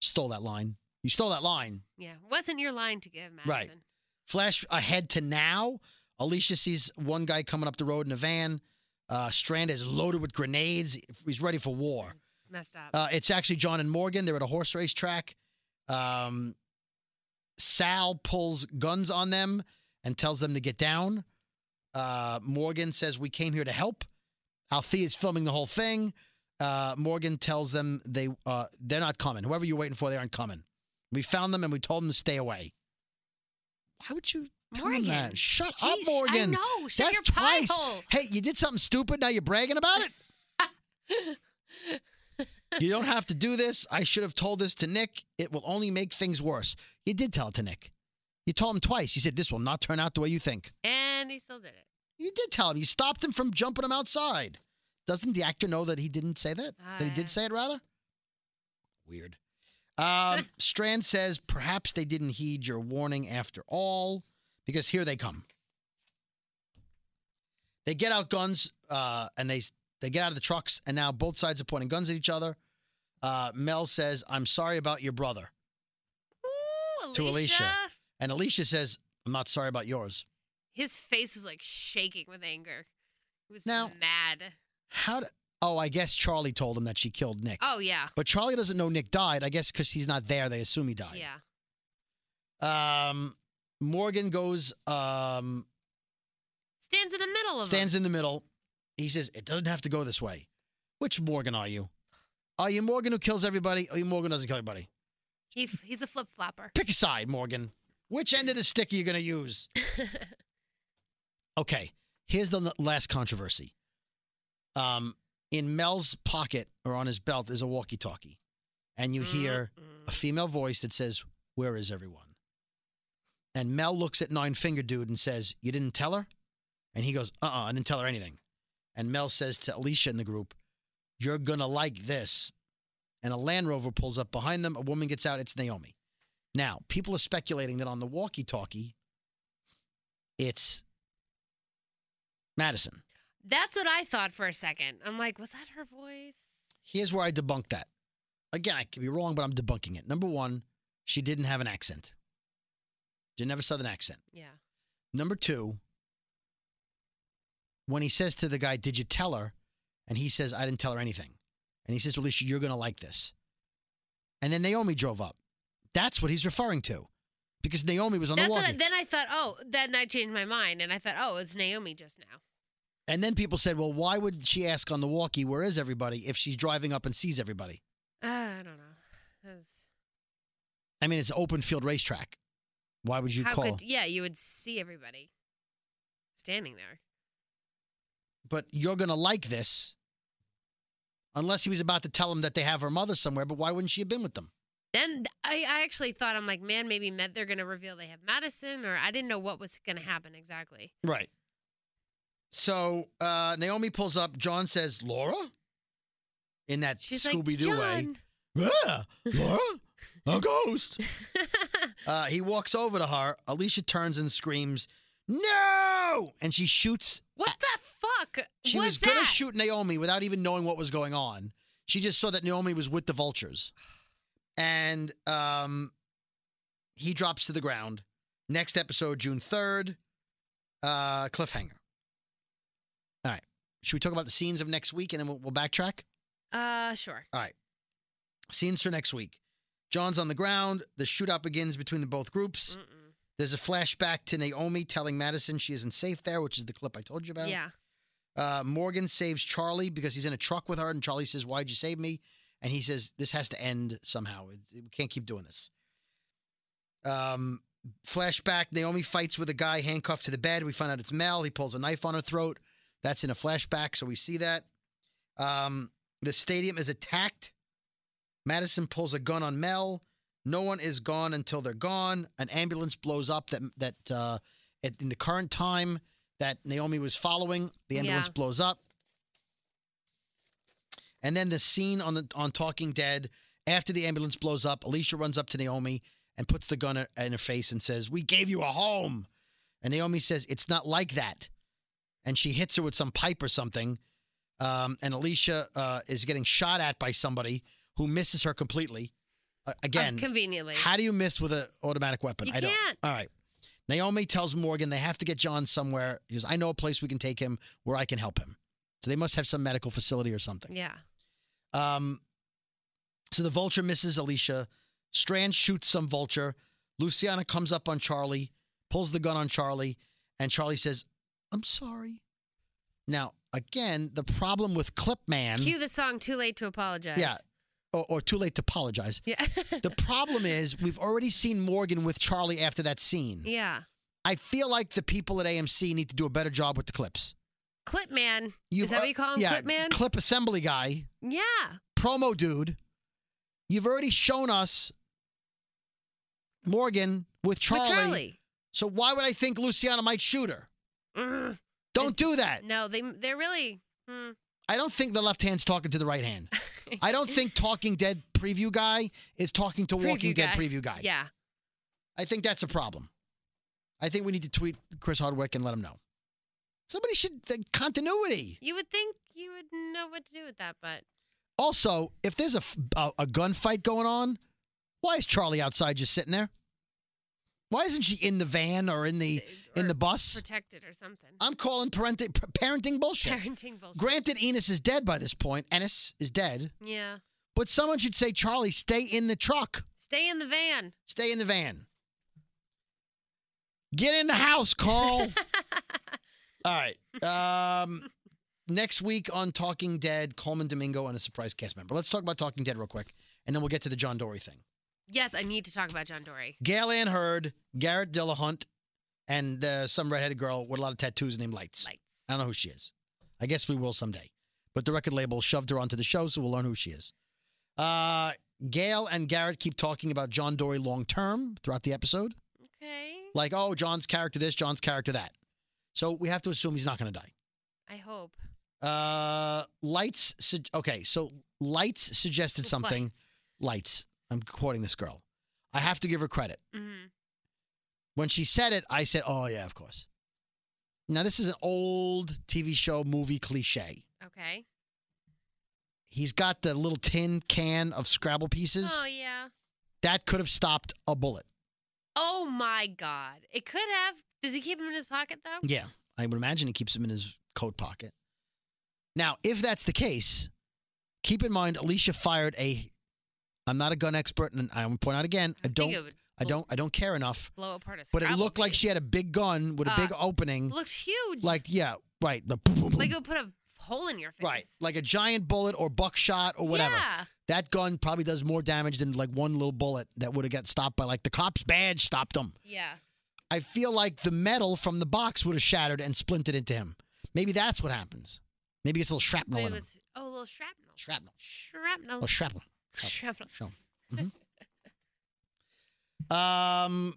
[SPEAKER 2] Stole that line. You stole that line.
[SPEAKER 3] Yeah, wasn't your line to give, Madison.
[SPEAKER 2] Right. Flash ahead to now. Alicia sees one guy coming up the road in a van. Uh, Strand is loaded with grenades. He's ready for war.
[SPEAKER 3] Messed up.
[SPEAKER 2] Uh, it's actually John and Morgan. They're at a horse race track. Um, Sal pulls guns on them and tells them to get down. Uh, Morgan says, "We came here to help." Althea's filming the whole thing. Uh, Morgan tells them they uh, they're not coming. Whoever you're waiting for, they aren't coming. We found them and we told them to stay away. Why would you tell them
[SPEAKER 3] Morgan.
[SPEAKER 2] that? Shut up,
[SPEAKER 3] Jeez,
[SPEAKER 2] Morgan.
[SPEAKER 3] I know. Shut
[SPEAKER 2] That's
[SPEAKER 3] your
[SPEAKER 2] twice.
[SPEAKER 3] pie hole.
[SPEAKER 2] Hey, you did something stupid. Now you're bragging about it. you don't have to do this. I should have told this to Nick. It will only make things worse. You did tell it to Nick. You told him twice. You said this will not turn out the way you think.
[SPEAKER 3] And he still did it.
[SPEAKER 2] You did tell him. You stopped him from jumping him outside. Doesn't the actor know that he didn't say that? that he
[SPEAKER 3] I-
[SPEAKER 2] did say it rather? Weird. Um, Strand says perhaps they didn't heed your warning after all, because here they come. They get out guns uh, and they they get out of the trucks, and now both sides are pointing guns at each other. Uh, Mel says, "I'm sorry about your brother,"
[SPEAKER 3] Ooh, Alicia.
[SPEAKER 2] To Alicia. and Alicia says, "I'm not sorry about yours."
[SPEAKER 3] His face was like shaking with anger. He was
[SPEAKER 2] Now-
[SPEAKER 3] mad.
[SPEAKER 2] How? Do, oh, I guess Charlie told him that she killed Nick.
[SPEAKER 3] Oh yeah.
[SPEAKER 2] But Charlie doesn't know Nick died. I guess because he's not there, they assume he died.
[SPEAKER 3] Yeah.
[SPEAKER 2] Um, Morgan goes, um,
[SPEAKER 3] Stands in the middle of
[SPEAKER 2] stands
[SPEAKER 3] them.
[SPEAKER 2] in the middle. He says, It doesn't have to go this way. Which Morgan are you? Are you Morgan who kills everybody? Are you Morgan who doesn't kill everybody?
[SPEAKER 3] He, f- he's a flip flopper.
[SPEAKER 2] Pick a side, Morgan. Which end of the stick are you going to use? okay. Here's the l- last controversy. Um, in Mel's pocket or on his belt is a walkie-talkie, and you
[SPEAKER 3] Mm.
[SPEAKER 2] hear
[SPEAKER 3] Mm-hmm.
[SPEAKER 2] a female voice that says, "Where is everyone?" And Mel looks at Nine Finger Dude and says, "You didn't tell her?" And he goes, "Uh-uh, I didn't tell her anything." And Mel says to Alicia in the group, "You're gonna like this." And a Land Rover pulls up behind them. A woman gets out. It's Naomi. Now, people are speculating that on the walkie-talkie, it's Madison.
[SPEAKER 3] That's what I thought for a second. I'm like, was that her voice?
[SPEAKER 2] Here's where I debunk that. Again, I could be wrong, but I'm debunking it. Number one, she didn't have an accent. She never saw an accent.
[SPEAKER 3] Yeah.
[SPEAKER 2] Number two, when he says to the guy, Did you tell her? And he says, I didn't tell her anything. And he says to Alicia, You're going to like this. And then Naomi drove up. That's what he's referring to because Naomi was on
[SPEAKER 3] That's
[SPEAKER 2] the
[SPEAKER 3] what
[SPEAKER 2] walkie.
[SPEAKER 3] I, then I thought, oh, then I changed my mind and I thought, oh, it was Naomi just now.
[SPEAKER 2] and then people said, Well, why would she ask on the walkie, Where is everybody, if she's driving up and sees everybody?
[SPEAKER 3] Uh, I don't know. That's-
[SPEAKER 2] I mean, it's an open field racetrack. Why would you
[SPEAKER 3] how
[SPEAKER 2] call?
[SPEAKER 3] could- yeah, you would see everybody standing there.
[SPEAKER 2] but you're going to like this. Unless he was about to tell him that they have her mother somewhere, but why wouldn't she have been with them?
[SPEAKER 3] Then I, I actually thought, I'm like, man, maybe Med, they're going to reveal they have Madison, or I didn't know what was going to happen exactly.
[SPEAKER 2] Right. So uh, Naomi pulls up. John says, Laura? In that
[SPEAKER 3] She's
[SPEAKER 2] Scooby Doo
[SPEAKER 3] like,
[SPEAKER 2] way.
[SPEAKER 3] John.
[SPEAKER 2] <laughs>
[SPEAKER 3] <laughs>
[SPEAKER 2] Yeah, Laura? A ghost. Uh, he walks over to her. Alicia turns and screams, No! And she shoots
[SPEAKER 3] what the fuck?
[SPEAKER 2] She
[SPEAKER 3] was,
[SPEAKER 2] was
[SPEAKER 3] that?
[SPEAKER 2] going to shoot Naomi without even knowing what was going on. She just saw that Naomi was with the vultures. And um, he drops to the ground. Next episode, June 3rd. Uh, cliffhanger. All right. Should we talk about the scenes of next week and then we'll, we'll backtrack?
[SPEAKER 3] Uh, sure.
[SPEAKER 2] Scenes for next week. John's on the ground. The shootout begins between the both groups.
[SPEAKER 3] Mm-mm.
[SPEAKER 2] There's a flashback to Naomi telling Madison she isn't safe there, which is the clip I told you about.
[SPEAKER 3] Yeah.
[SPEAKER 2] Uh, Morgan saves Charlie because he's in a truck with her, and Charlie says, "Why'd you save me?" And he says, "This has to end somehow. It, we can't keep doing this." Um, flashback: Naomi fights with a guy handcuffed to the bed. We find out it's Mel. He pulls a knife on her throat. That's in a flashback, so we see that. Um, the stadium is attacked. Madison pulls a gun on Mel. No one is gone until they're gone. An ambulance blows up that that uh, at, in the current time that Naomi was following. The ambulance
[SPEAKER 3] Yeah.
[SPEAKER 2] blows up. And then the scene on the on Talking Dead after the ambulance blows up, Alicia runs up to Naomi and puts the gun in her face and says, "We gave you a home." And Naomi says, "It's not like that." And she hits her with some pipe or something. Um, and Alicia uh, is getting shot at by somebody who misses her completely. Uh, again,
[SPEAKER 3] Conveniently.
[SPEAKER 2] how do you miss with an automatic weapon?
[SPEAKER 3] You
[SPEAKER 2] I don't.
[SPEAKER 3] can't.
[SPEAKER 2] All right. Naomi tells Morgan they have to get John somewhere because I know a place we can take him where I can help him. So they must have some medical facility or something.
[SPEAKER 3] yeah.
[SPEAKER 2] Um, so the vulture misses Alicia. Strand shoots some vulture. Luciana comes up on Charlie, pulls the gun on Charlie, and Charlie says, I'm sorry. Now, again, the problem with Clipman.
[SPEAKER 3] Cue the song Too Late to Apologize.
[SPEAKER 2] Yeah. Or, or too late to apologize.
[SPEAKER 3] Yeah. <laughs>
[SPEAKER 2] The problem is we've already seen Morgan with Charlie after that scene.
[SPEAKER 3] yeah.
[SPEAKER 2] I feel like the people at AMC need to do a better job with the clips.
[SPEAKER 3] Clip man.
[SPEAKER 2] You've-
[SPEAKER 3] Is that what you call him?
[SPEAKER 2] yeah,
[SPEAKER 3] Clip man?
[SPEAKER 2] Clip assembly guy,
[SPEAKER 3] yeah.
[SPEAKER 2] promo dude. You've already shown us Morgan with
[SPEAKER 3] But
[SPEAKER 2] Charlie.
[SPEAKER 3] Charlie.
[SPEAKER 2] So why would I think Luciana might shoot her?
[SPEAKER 3] Mm.
[SPEAKER 2] Don't do that.
[SPEAKER 3] No, they they're really. Hmm.
[SPEAKER 2] I don't think the left hand's talking to the right hand. I don't
[SPEAKER 3] <laughs>
[SPEAKER 2] think Talking Dead preview guy is talking to Walking
[SPEAKER 3] Preview
[SPEAKER 2] Dead
[SPEAKER 3] guy.
[SPEAKER 2] preview guy.
[SPEAKER 3] Yeah.
[SPEAKER 2] I think that's a problem. I think we need to tweet Chris Hardwick and let him know. Somebody should the continuity.
[SPEAKER 3] You would think you would know what to do with that, but
[SPEAKER 2] Also, if there's a, f- a, a gunfight going on, why is Charlie outside just sitting there? Why isn't she in the van or in the in
[SPEAKER 3] Or
[SPEAKER 2] the bus?
[SPEAKER 3] protected or something.
[SPEAKER 2] I'm calling parenting parenting bullshit.
[SPEAKER 3] Parenting bullshit.
[SPEAKER 2] Granted, Enos is dead by this point. Ennis is dead,
[SPEAKER 3] yeah.
[SPEAKER 2] but someone should say, Charlie, stay in the truck,
[SPEAKER 3] Stay in the van.
[SPEAKER 2] stay in the van, get in the house, Carl. All right. Um, next week on Talking Dead, Coleman Domingo and a surprise cast member. Let's talk about Talking Dead real quick, and then we'll get to the John Dory thing.
[SPEAKER 3] Yes, I need to talk about John Dory.
[SPEAKER 2] Gail Ann Hurd, Garrett Dillahunt, and uh, some redheaded girl with a lot of tattoos named Lights.
[SPEAKER 3] Lights.
[SPEAKER 2] I don't know who she is. I guess we will someday. But the record label shoved her onto the show, so we'll learn who she is. Uh, Gail and Garrett keep talking about John Dory long term throughout the episode.
[SPEAKER 3] Okay.
[SPEAKER 2] Like, oh, John's character this, John's character that. So we have to assume he's not going to die.
[SPEAKER 3] I hope.
[SPEAKER 2] Uh, lights. Su- okay, so lights suggested something. Lights. I'm quoting this girl. I have to give her credit.
[SPEAKER 3] Mm-hmm.
[SPEAKER 2] When she said it, I said, "Oh yeah, of course." Now this is an old TV show movie cliche.
[SPEAKER 3] Okay.
[SPEAKER 2] He's got the little tin can of Scrabble pieces.
[SPEAKER 3] Oh yeah.
[SPEAKER 2] That could have stopped a bullet.
[SPEAKER 3] Oh my God. It could have. Does he keep him in his pocket though?
[SPEAKER 2] Yeah, I would imagine he keeps them in his coat pocket. Now, if that's the case, keep in mind Alicia fired a. I'm not a gun expert, and I will point out again. I
[SPEAKER 3] think
[SPEAKER 2] don't.
[SPEAKER 3] it would
[SPEAKER 2] I don't. I don't care enough.
[SPEAKER 3] blow apart his.
[SPEAKER 2] But it looked like she had a big gun with a big
[SPEAKER 3] Uh,
[SPEAKER 2] opening.
[SPEAKER 3] looked huge.
[SPEAKER 2] Like yeah, right. The boom, boom, boom.
[SPEAKER 3] like it would put a hole in your face.
[SPEAKER 2] right, like a giant bullet or buckshot or whatever.
[SPEAKER 3] Yeah.
[SPEAKER 2] That gun probably does more damage than like one little bullet that would have got stopped by like the cop's badge stopped him.
[SPEAKER 3] Yeah.
[SPEAKER 2] I feel like the metal from the box would have shattered and splintered into him. Maybe that's what happens. Maybe it's a little
[SPEAKER 3] But
[SPEAKER 2] shrapnel
[SPEAKER 3] it
[SPEAKER 2] in him.
[SPEAKER 3] was oh a little shrapnel.
[SPEAKER 2] Shrapnel.
[SPEAKER 3] Shrapnel.
[SPEAKER 2] Oh, shrapnel. Oh,
[SPEAKER 3] shrapnel.
[SPEAKER 2] Show. Um,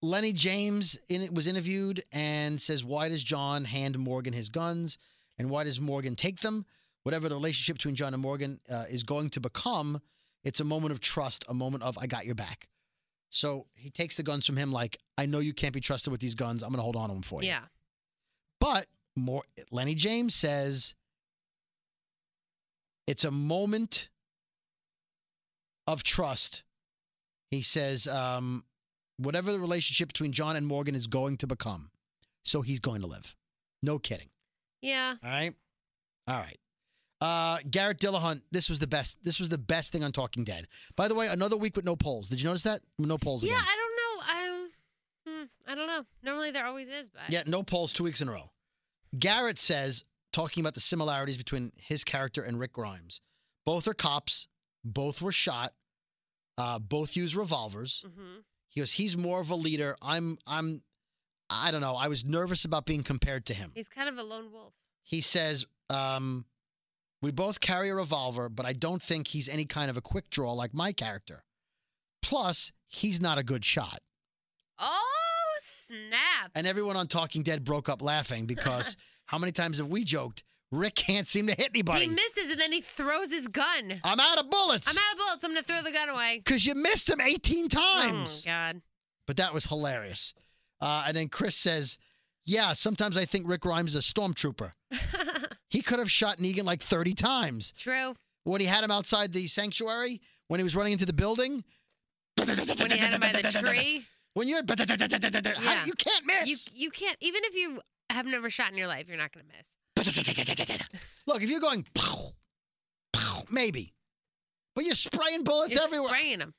[SPEAKER 2] Lenny James in, was interviewed and says, "Why does John hand Morgan his guns, and why does Morgan take them? Whatever the relationship between John and Morgan uh, is going to become, it's a moment of trust, a moment of I got your back." So he takes the guns from him, like I know you can't be trusted with these guns. I'm gonna hold on to them for you.
[SPEAKER 3] Yeah.
[SPEAKER 2] But more, Lenny James says it's a moment of trust. He says, um, whatever the relationship between John and Morgan is going to become, so he's going to live. No kidding.
[SPEAKER 3] Yeah.
[SPEAKER 2] All right. All right. Uh, Garrett Dillahunt, this was the best. This was the best thing on Talking Dead. By the way, another week with no polls. Did you notice that? No polls
[SPEAKER 3] Yeah.
[SPEAKER 2] again.
[SPEAKER 3] I don't know. Um. Hmm, I don't know. Normally there always is, but
[SPEAKER 2] Yeah, no polls two weeks in a row. Garrett says, talking about the similarities between his character and Rick Grimes, both are cops, both were shot, uh, both use revolvers.
[SPEAKER 3] Mhm.
[SPEAKER 2] He goes, he's more of a leader. I'm, I'm, I don't know. I was nervous about being compared to him.
[SPEAKER 3] He's kind of a lone wolf.
[SPEAKER 2] He says, um, we both carry a revolver, but I don't think he's any kind of a quick draw like my character. Plus, he's not a good shot.
[SPEAKER 3] Oh snap!
[SPEAKER 2] And everyone on Talking Dead broke up laughing
[SPEAKER 3] <laughs>
[SPEAKER 2] because how many times have we joked? Rick can't seem to hit
[SPEAKER 3] he
[SPEAKER 2] anybody.
[SPEAKER 3] misses and then he throws his gun.
[SPEAKER 2] I'm out of bullets.
[SPEAKER 3] I'm out of bullets. I'm gonna throw the gun away.
[SPEAKER 2] Because you missed him 18 times.
[SPEAKER 3] Oh my god.
[SPEAKER 2] but that was hilarious. Uh, and then Chris says, Yeah, sometimes I think Rick Grimes is a stormtrooper. he could have shot Negan like 30 times.
[SPEAKER 3] <laughs> True.
[SPEAKER 2] When he had him outside the sanctuary, when he was running into the building,
[SPEAKER 3] When he had him
[SPEAKER 2] <laughs>
[SPEAKER 3] by the tree,
[SPEAKER 2] when you're. How,
[SPEAKER 3] Yeah.
[SPEAKER 2] <laughs> you can't
[SPEAKER 3] you
[SPEAKER 2] miss.
[SPEAKER 3] you can't. Even if you have never shot in your life, you're not gonna miss.
[SPEAKER 2] <laughs> Look, if you're going, pow, pow, maybe. But you're spraying bullets
[SPEAKER 3] You're
[SPEAKER 2] everywhere.
[SPEAKER 3] spraying him.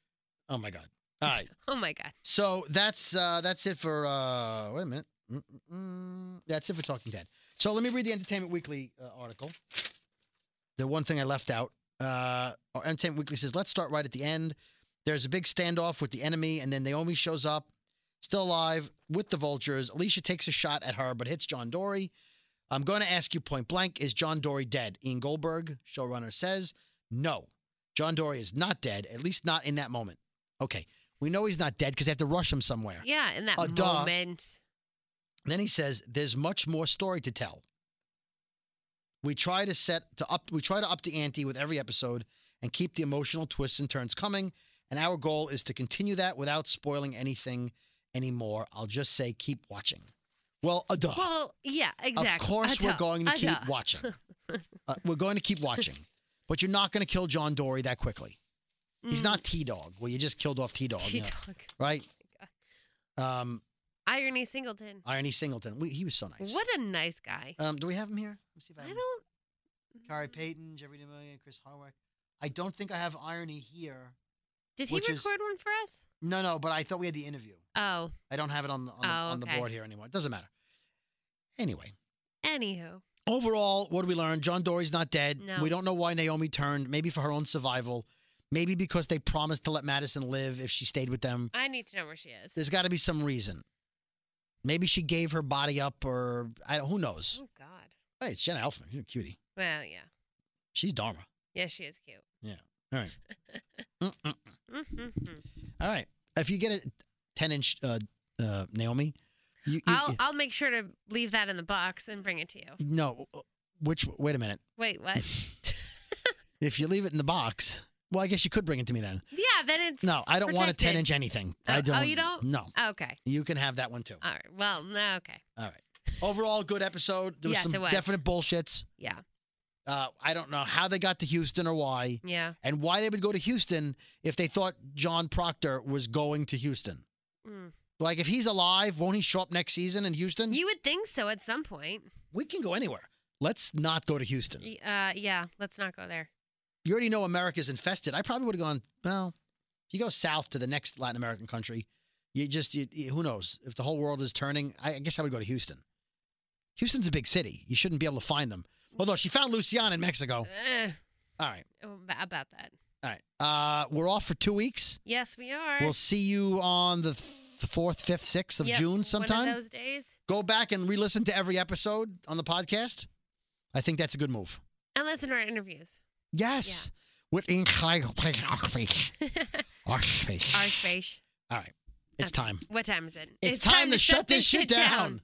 [SPEAKER 2] oh my god! All right,
[SPEAKER 3] Oh my god.
[SPEAKER 2] so that's uh, that's it for uh, wait a minute. Mm-mm-mm. That's it for Talking Dead. So let me read the Entertainment Weekly uh, article. The one thing I left out. Uh, our Entertainment Weekly says, "Let's start right at the end. There's a big standoff with the enemy, and then Naomi shows up, still alive with the vultures. Alicia takes a shot at her, but hits John Dory. I'm going to ask you point blank: Is John Dory dead? Ian Goldberg, showrunner, says no. John Dory is not dead, at least not in that moment. Okay, we know he's not dead because they have to rush him somewhere.
[SPEAKER 3] Yeah, in that
[SPEAKER 2] A duh.
[SPEAKER 3] moment.
[SPEAKER 2] Then he says, "There's much more story to tell. We try to set to up. We try to up the ante with every episode and keep the emotional twists and turns coming. And our goal is to continue that without spoiling anything anymore. I'll just say, keep watching. Well, a duh.
[SPEAKER 3] Well, yeah, exactly.
[SPEAKER 2] Of course,
[SPEAKER 3] A
[SPEAKER 2] we're
[SPEAKER 3] duh.
[SPEAKER 2] going to
[SPEAKER 3] A
[SPEAKER 2] keep
[SPEAKER 3] duh.
[SPEAKER 2] watching. Uh, we're going to keep watching, but you're not going to kill John Dory that quickly.
[SPEAKER 3] Mm.
[SPEAKER 2] He's not T Dog. Well, you just killed off T Dog,
[SPEAKER 3] Tea Dog.
[SPEAKER 2] right? Um,
[SPEAKER 3] Irony Singleton.
[SPEAKER 2] Irony Singleton. We, he was so nice.
[SPEAKER 3] What a nice guy.
[SPEAKER 2] Um, do we have him here? Let me see if I
[SPEAKER 3] I
[SPEAKER 2] have him.
[SPEAKER 3] don't.
[SPEAKER 2] Kari Payton, Jeffrey D'Amelio, Chris Hardwick. I don't think I have irony here.
[SPEAKER 3] Did he
[SPEAKER 2] which
[SPEAKER 3] record
[SPEAKER 2] is-
[SPEAKER 3] one for us?
[SPEAKER 2] No, no, but I thought we had the interview.
[SPEAKER 3] Oh,
[SPEAKER 2] I don't have it on the, on, the,
[SPEAKER 3] Oh,
[SPEAKER 2] on the
[SPEAKER 3] okay.
[SPEAKER 2] board here anymore. It doesn't matter. Anyway,
[SPEAKER 3] anywho.
[SPEAKER 2] overall, what do we learn? John Dory's not dead.
[SPEAKER 3] No.
[SPEAKER 2] We don't know why Naomi turned. Maybe for her own survival. Maybe because they promised to let Madison live if she stayed with them.
[SPEAKER 3] I need to know where she is.
[SPEAKER 2] There's got to be some reason. Maybe she gave her body up, or I, who knows?
[SPEAKER 3] Oh God.
[SPEAKER 2] Hey, it's Jenna Elfman. She's a cutie.
[SPEAKER 3] Well, yeah.
[SPEAKER 2] She's Dharma.
[SPEAKER 3] Yeah, she is cute.
[SPEAKER 2] All
[SPEAKER 3] <laughs>
[SPEAKER 2] right. Mm-mm.
[SPEAKER 3] Mm-hmm.
[SPEAKER 2] All right. If you get a 10 inch uh, uh, Naomi, you, you-
[SPEAKER 3] I'll I'll make sure to leave that in the box and bring it to you.
[SPEAKER 2] no, which, wait a minute. <sighs>
[SPEAKER 3] Wait, what?
[SPEAKER 2] If you leave it in the box, well, I guess you could bring it to me then.
[SPEAKER 3] yeah, then it's
[SPEAKER 2] No, I don't want a 10
[SPEAKER 3] protected.
[SPEAKER 2] inch anything.
[SPEAKER 3] Oh,
[SPEAKER 2] I
[SPEAKER 3] oh,
[SPEAKER 2] don't.
[SPEAKER 3] you don't?
[SPEAKER 2] No.
[SPEAKER 3] Okay.
[SPEAKER 2] You can have that one too.
[SPEAKER 3] All right. Well, no, okay.
[SPEAKER 2] All right. Overall, good episode. There was
[SPEAKER 3] Yes,
[SPEAKER 2] some
[SPEAKER 3] it was.
[SPEAKER 2] definite bullshits.
[SPEAKER 3] Yeah.
[SPEAKER 2] Uh, I don't know how they got to Houston or why,
[SPEAKER 3] Yeah.
[SPEAKER 2] and why they would go to Houston if they thought John Proctor was going to Houston.
[SPEAKER 3] Mm.
[SPEAKER 2] Like, if he's alive, won't he show up next season in Houston?
[SPEAKER 3] You would think so at some point.
[SPEAKER 2] we can go anywhere. Let's not go to Houston.
[SPEAKER 3] Y- Uh, yeah. Let's not go there.
[SPEAKER 2] You already know America's infested. I probably would have gone, well, if you go south to the next Latin American country, you just, you, you- who knows? If the whole world is turning, I, I guess I would go to Houston. Houston's a big city. You shouldn't be able to find them. Although she found Luciana in Mexico.
[SPEAKER 3] Eh,
[SPEAKER 2] All right.
[SPEAKER 3] ab- about that.
[SPEAKER 2] All right. Uh, we're off for two weeks.
[SPEAKER 3] Yes, we are.
[SPEAKER 2] We'll see you on the th- 4th, 5th, 6th of
[SPEAKER 3] Yep,
[SPEAKER 2] June
[SPEAKER 3] One of
[SPEAKER 2] sometime.
[SPEAKER 3] those days.
[SPEAKER 2] Go back and re listen to every episode on the podcast. I think that's a good move.
[SPEAKER 3] And listen to our interviews.
[SPEAKER 2] Yes. With <laughs> encyclopedic Oxford. Oxford.
[SPEAKER 3] Our space. <laughs>
[SPEAKER 2] All right. It's time.
[SPEAKER 3] What time is it?
[SPEAKER 2] It's, time, to shut this shit down.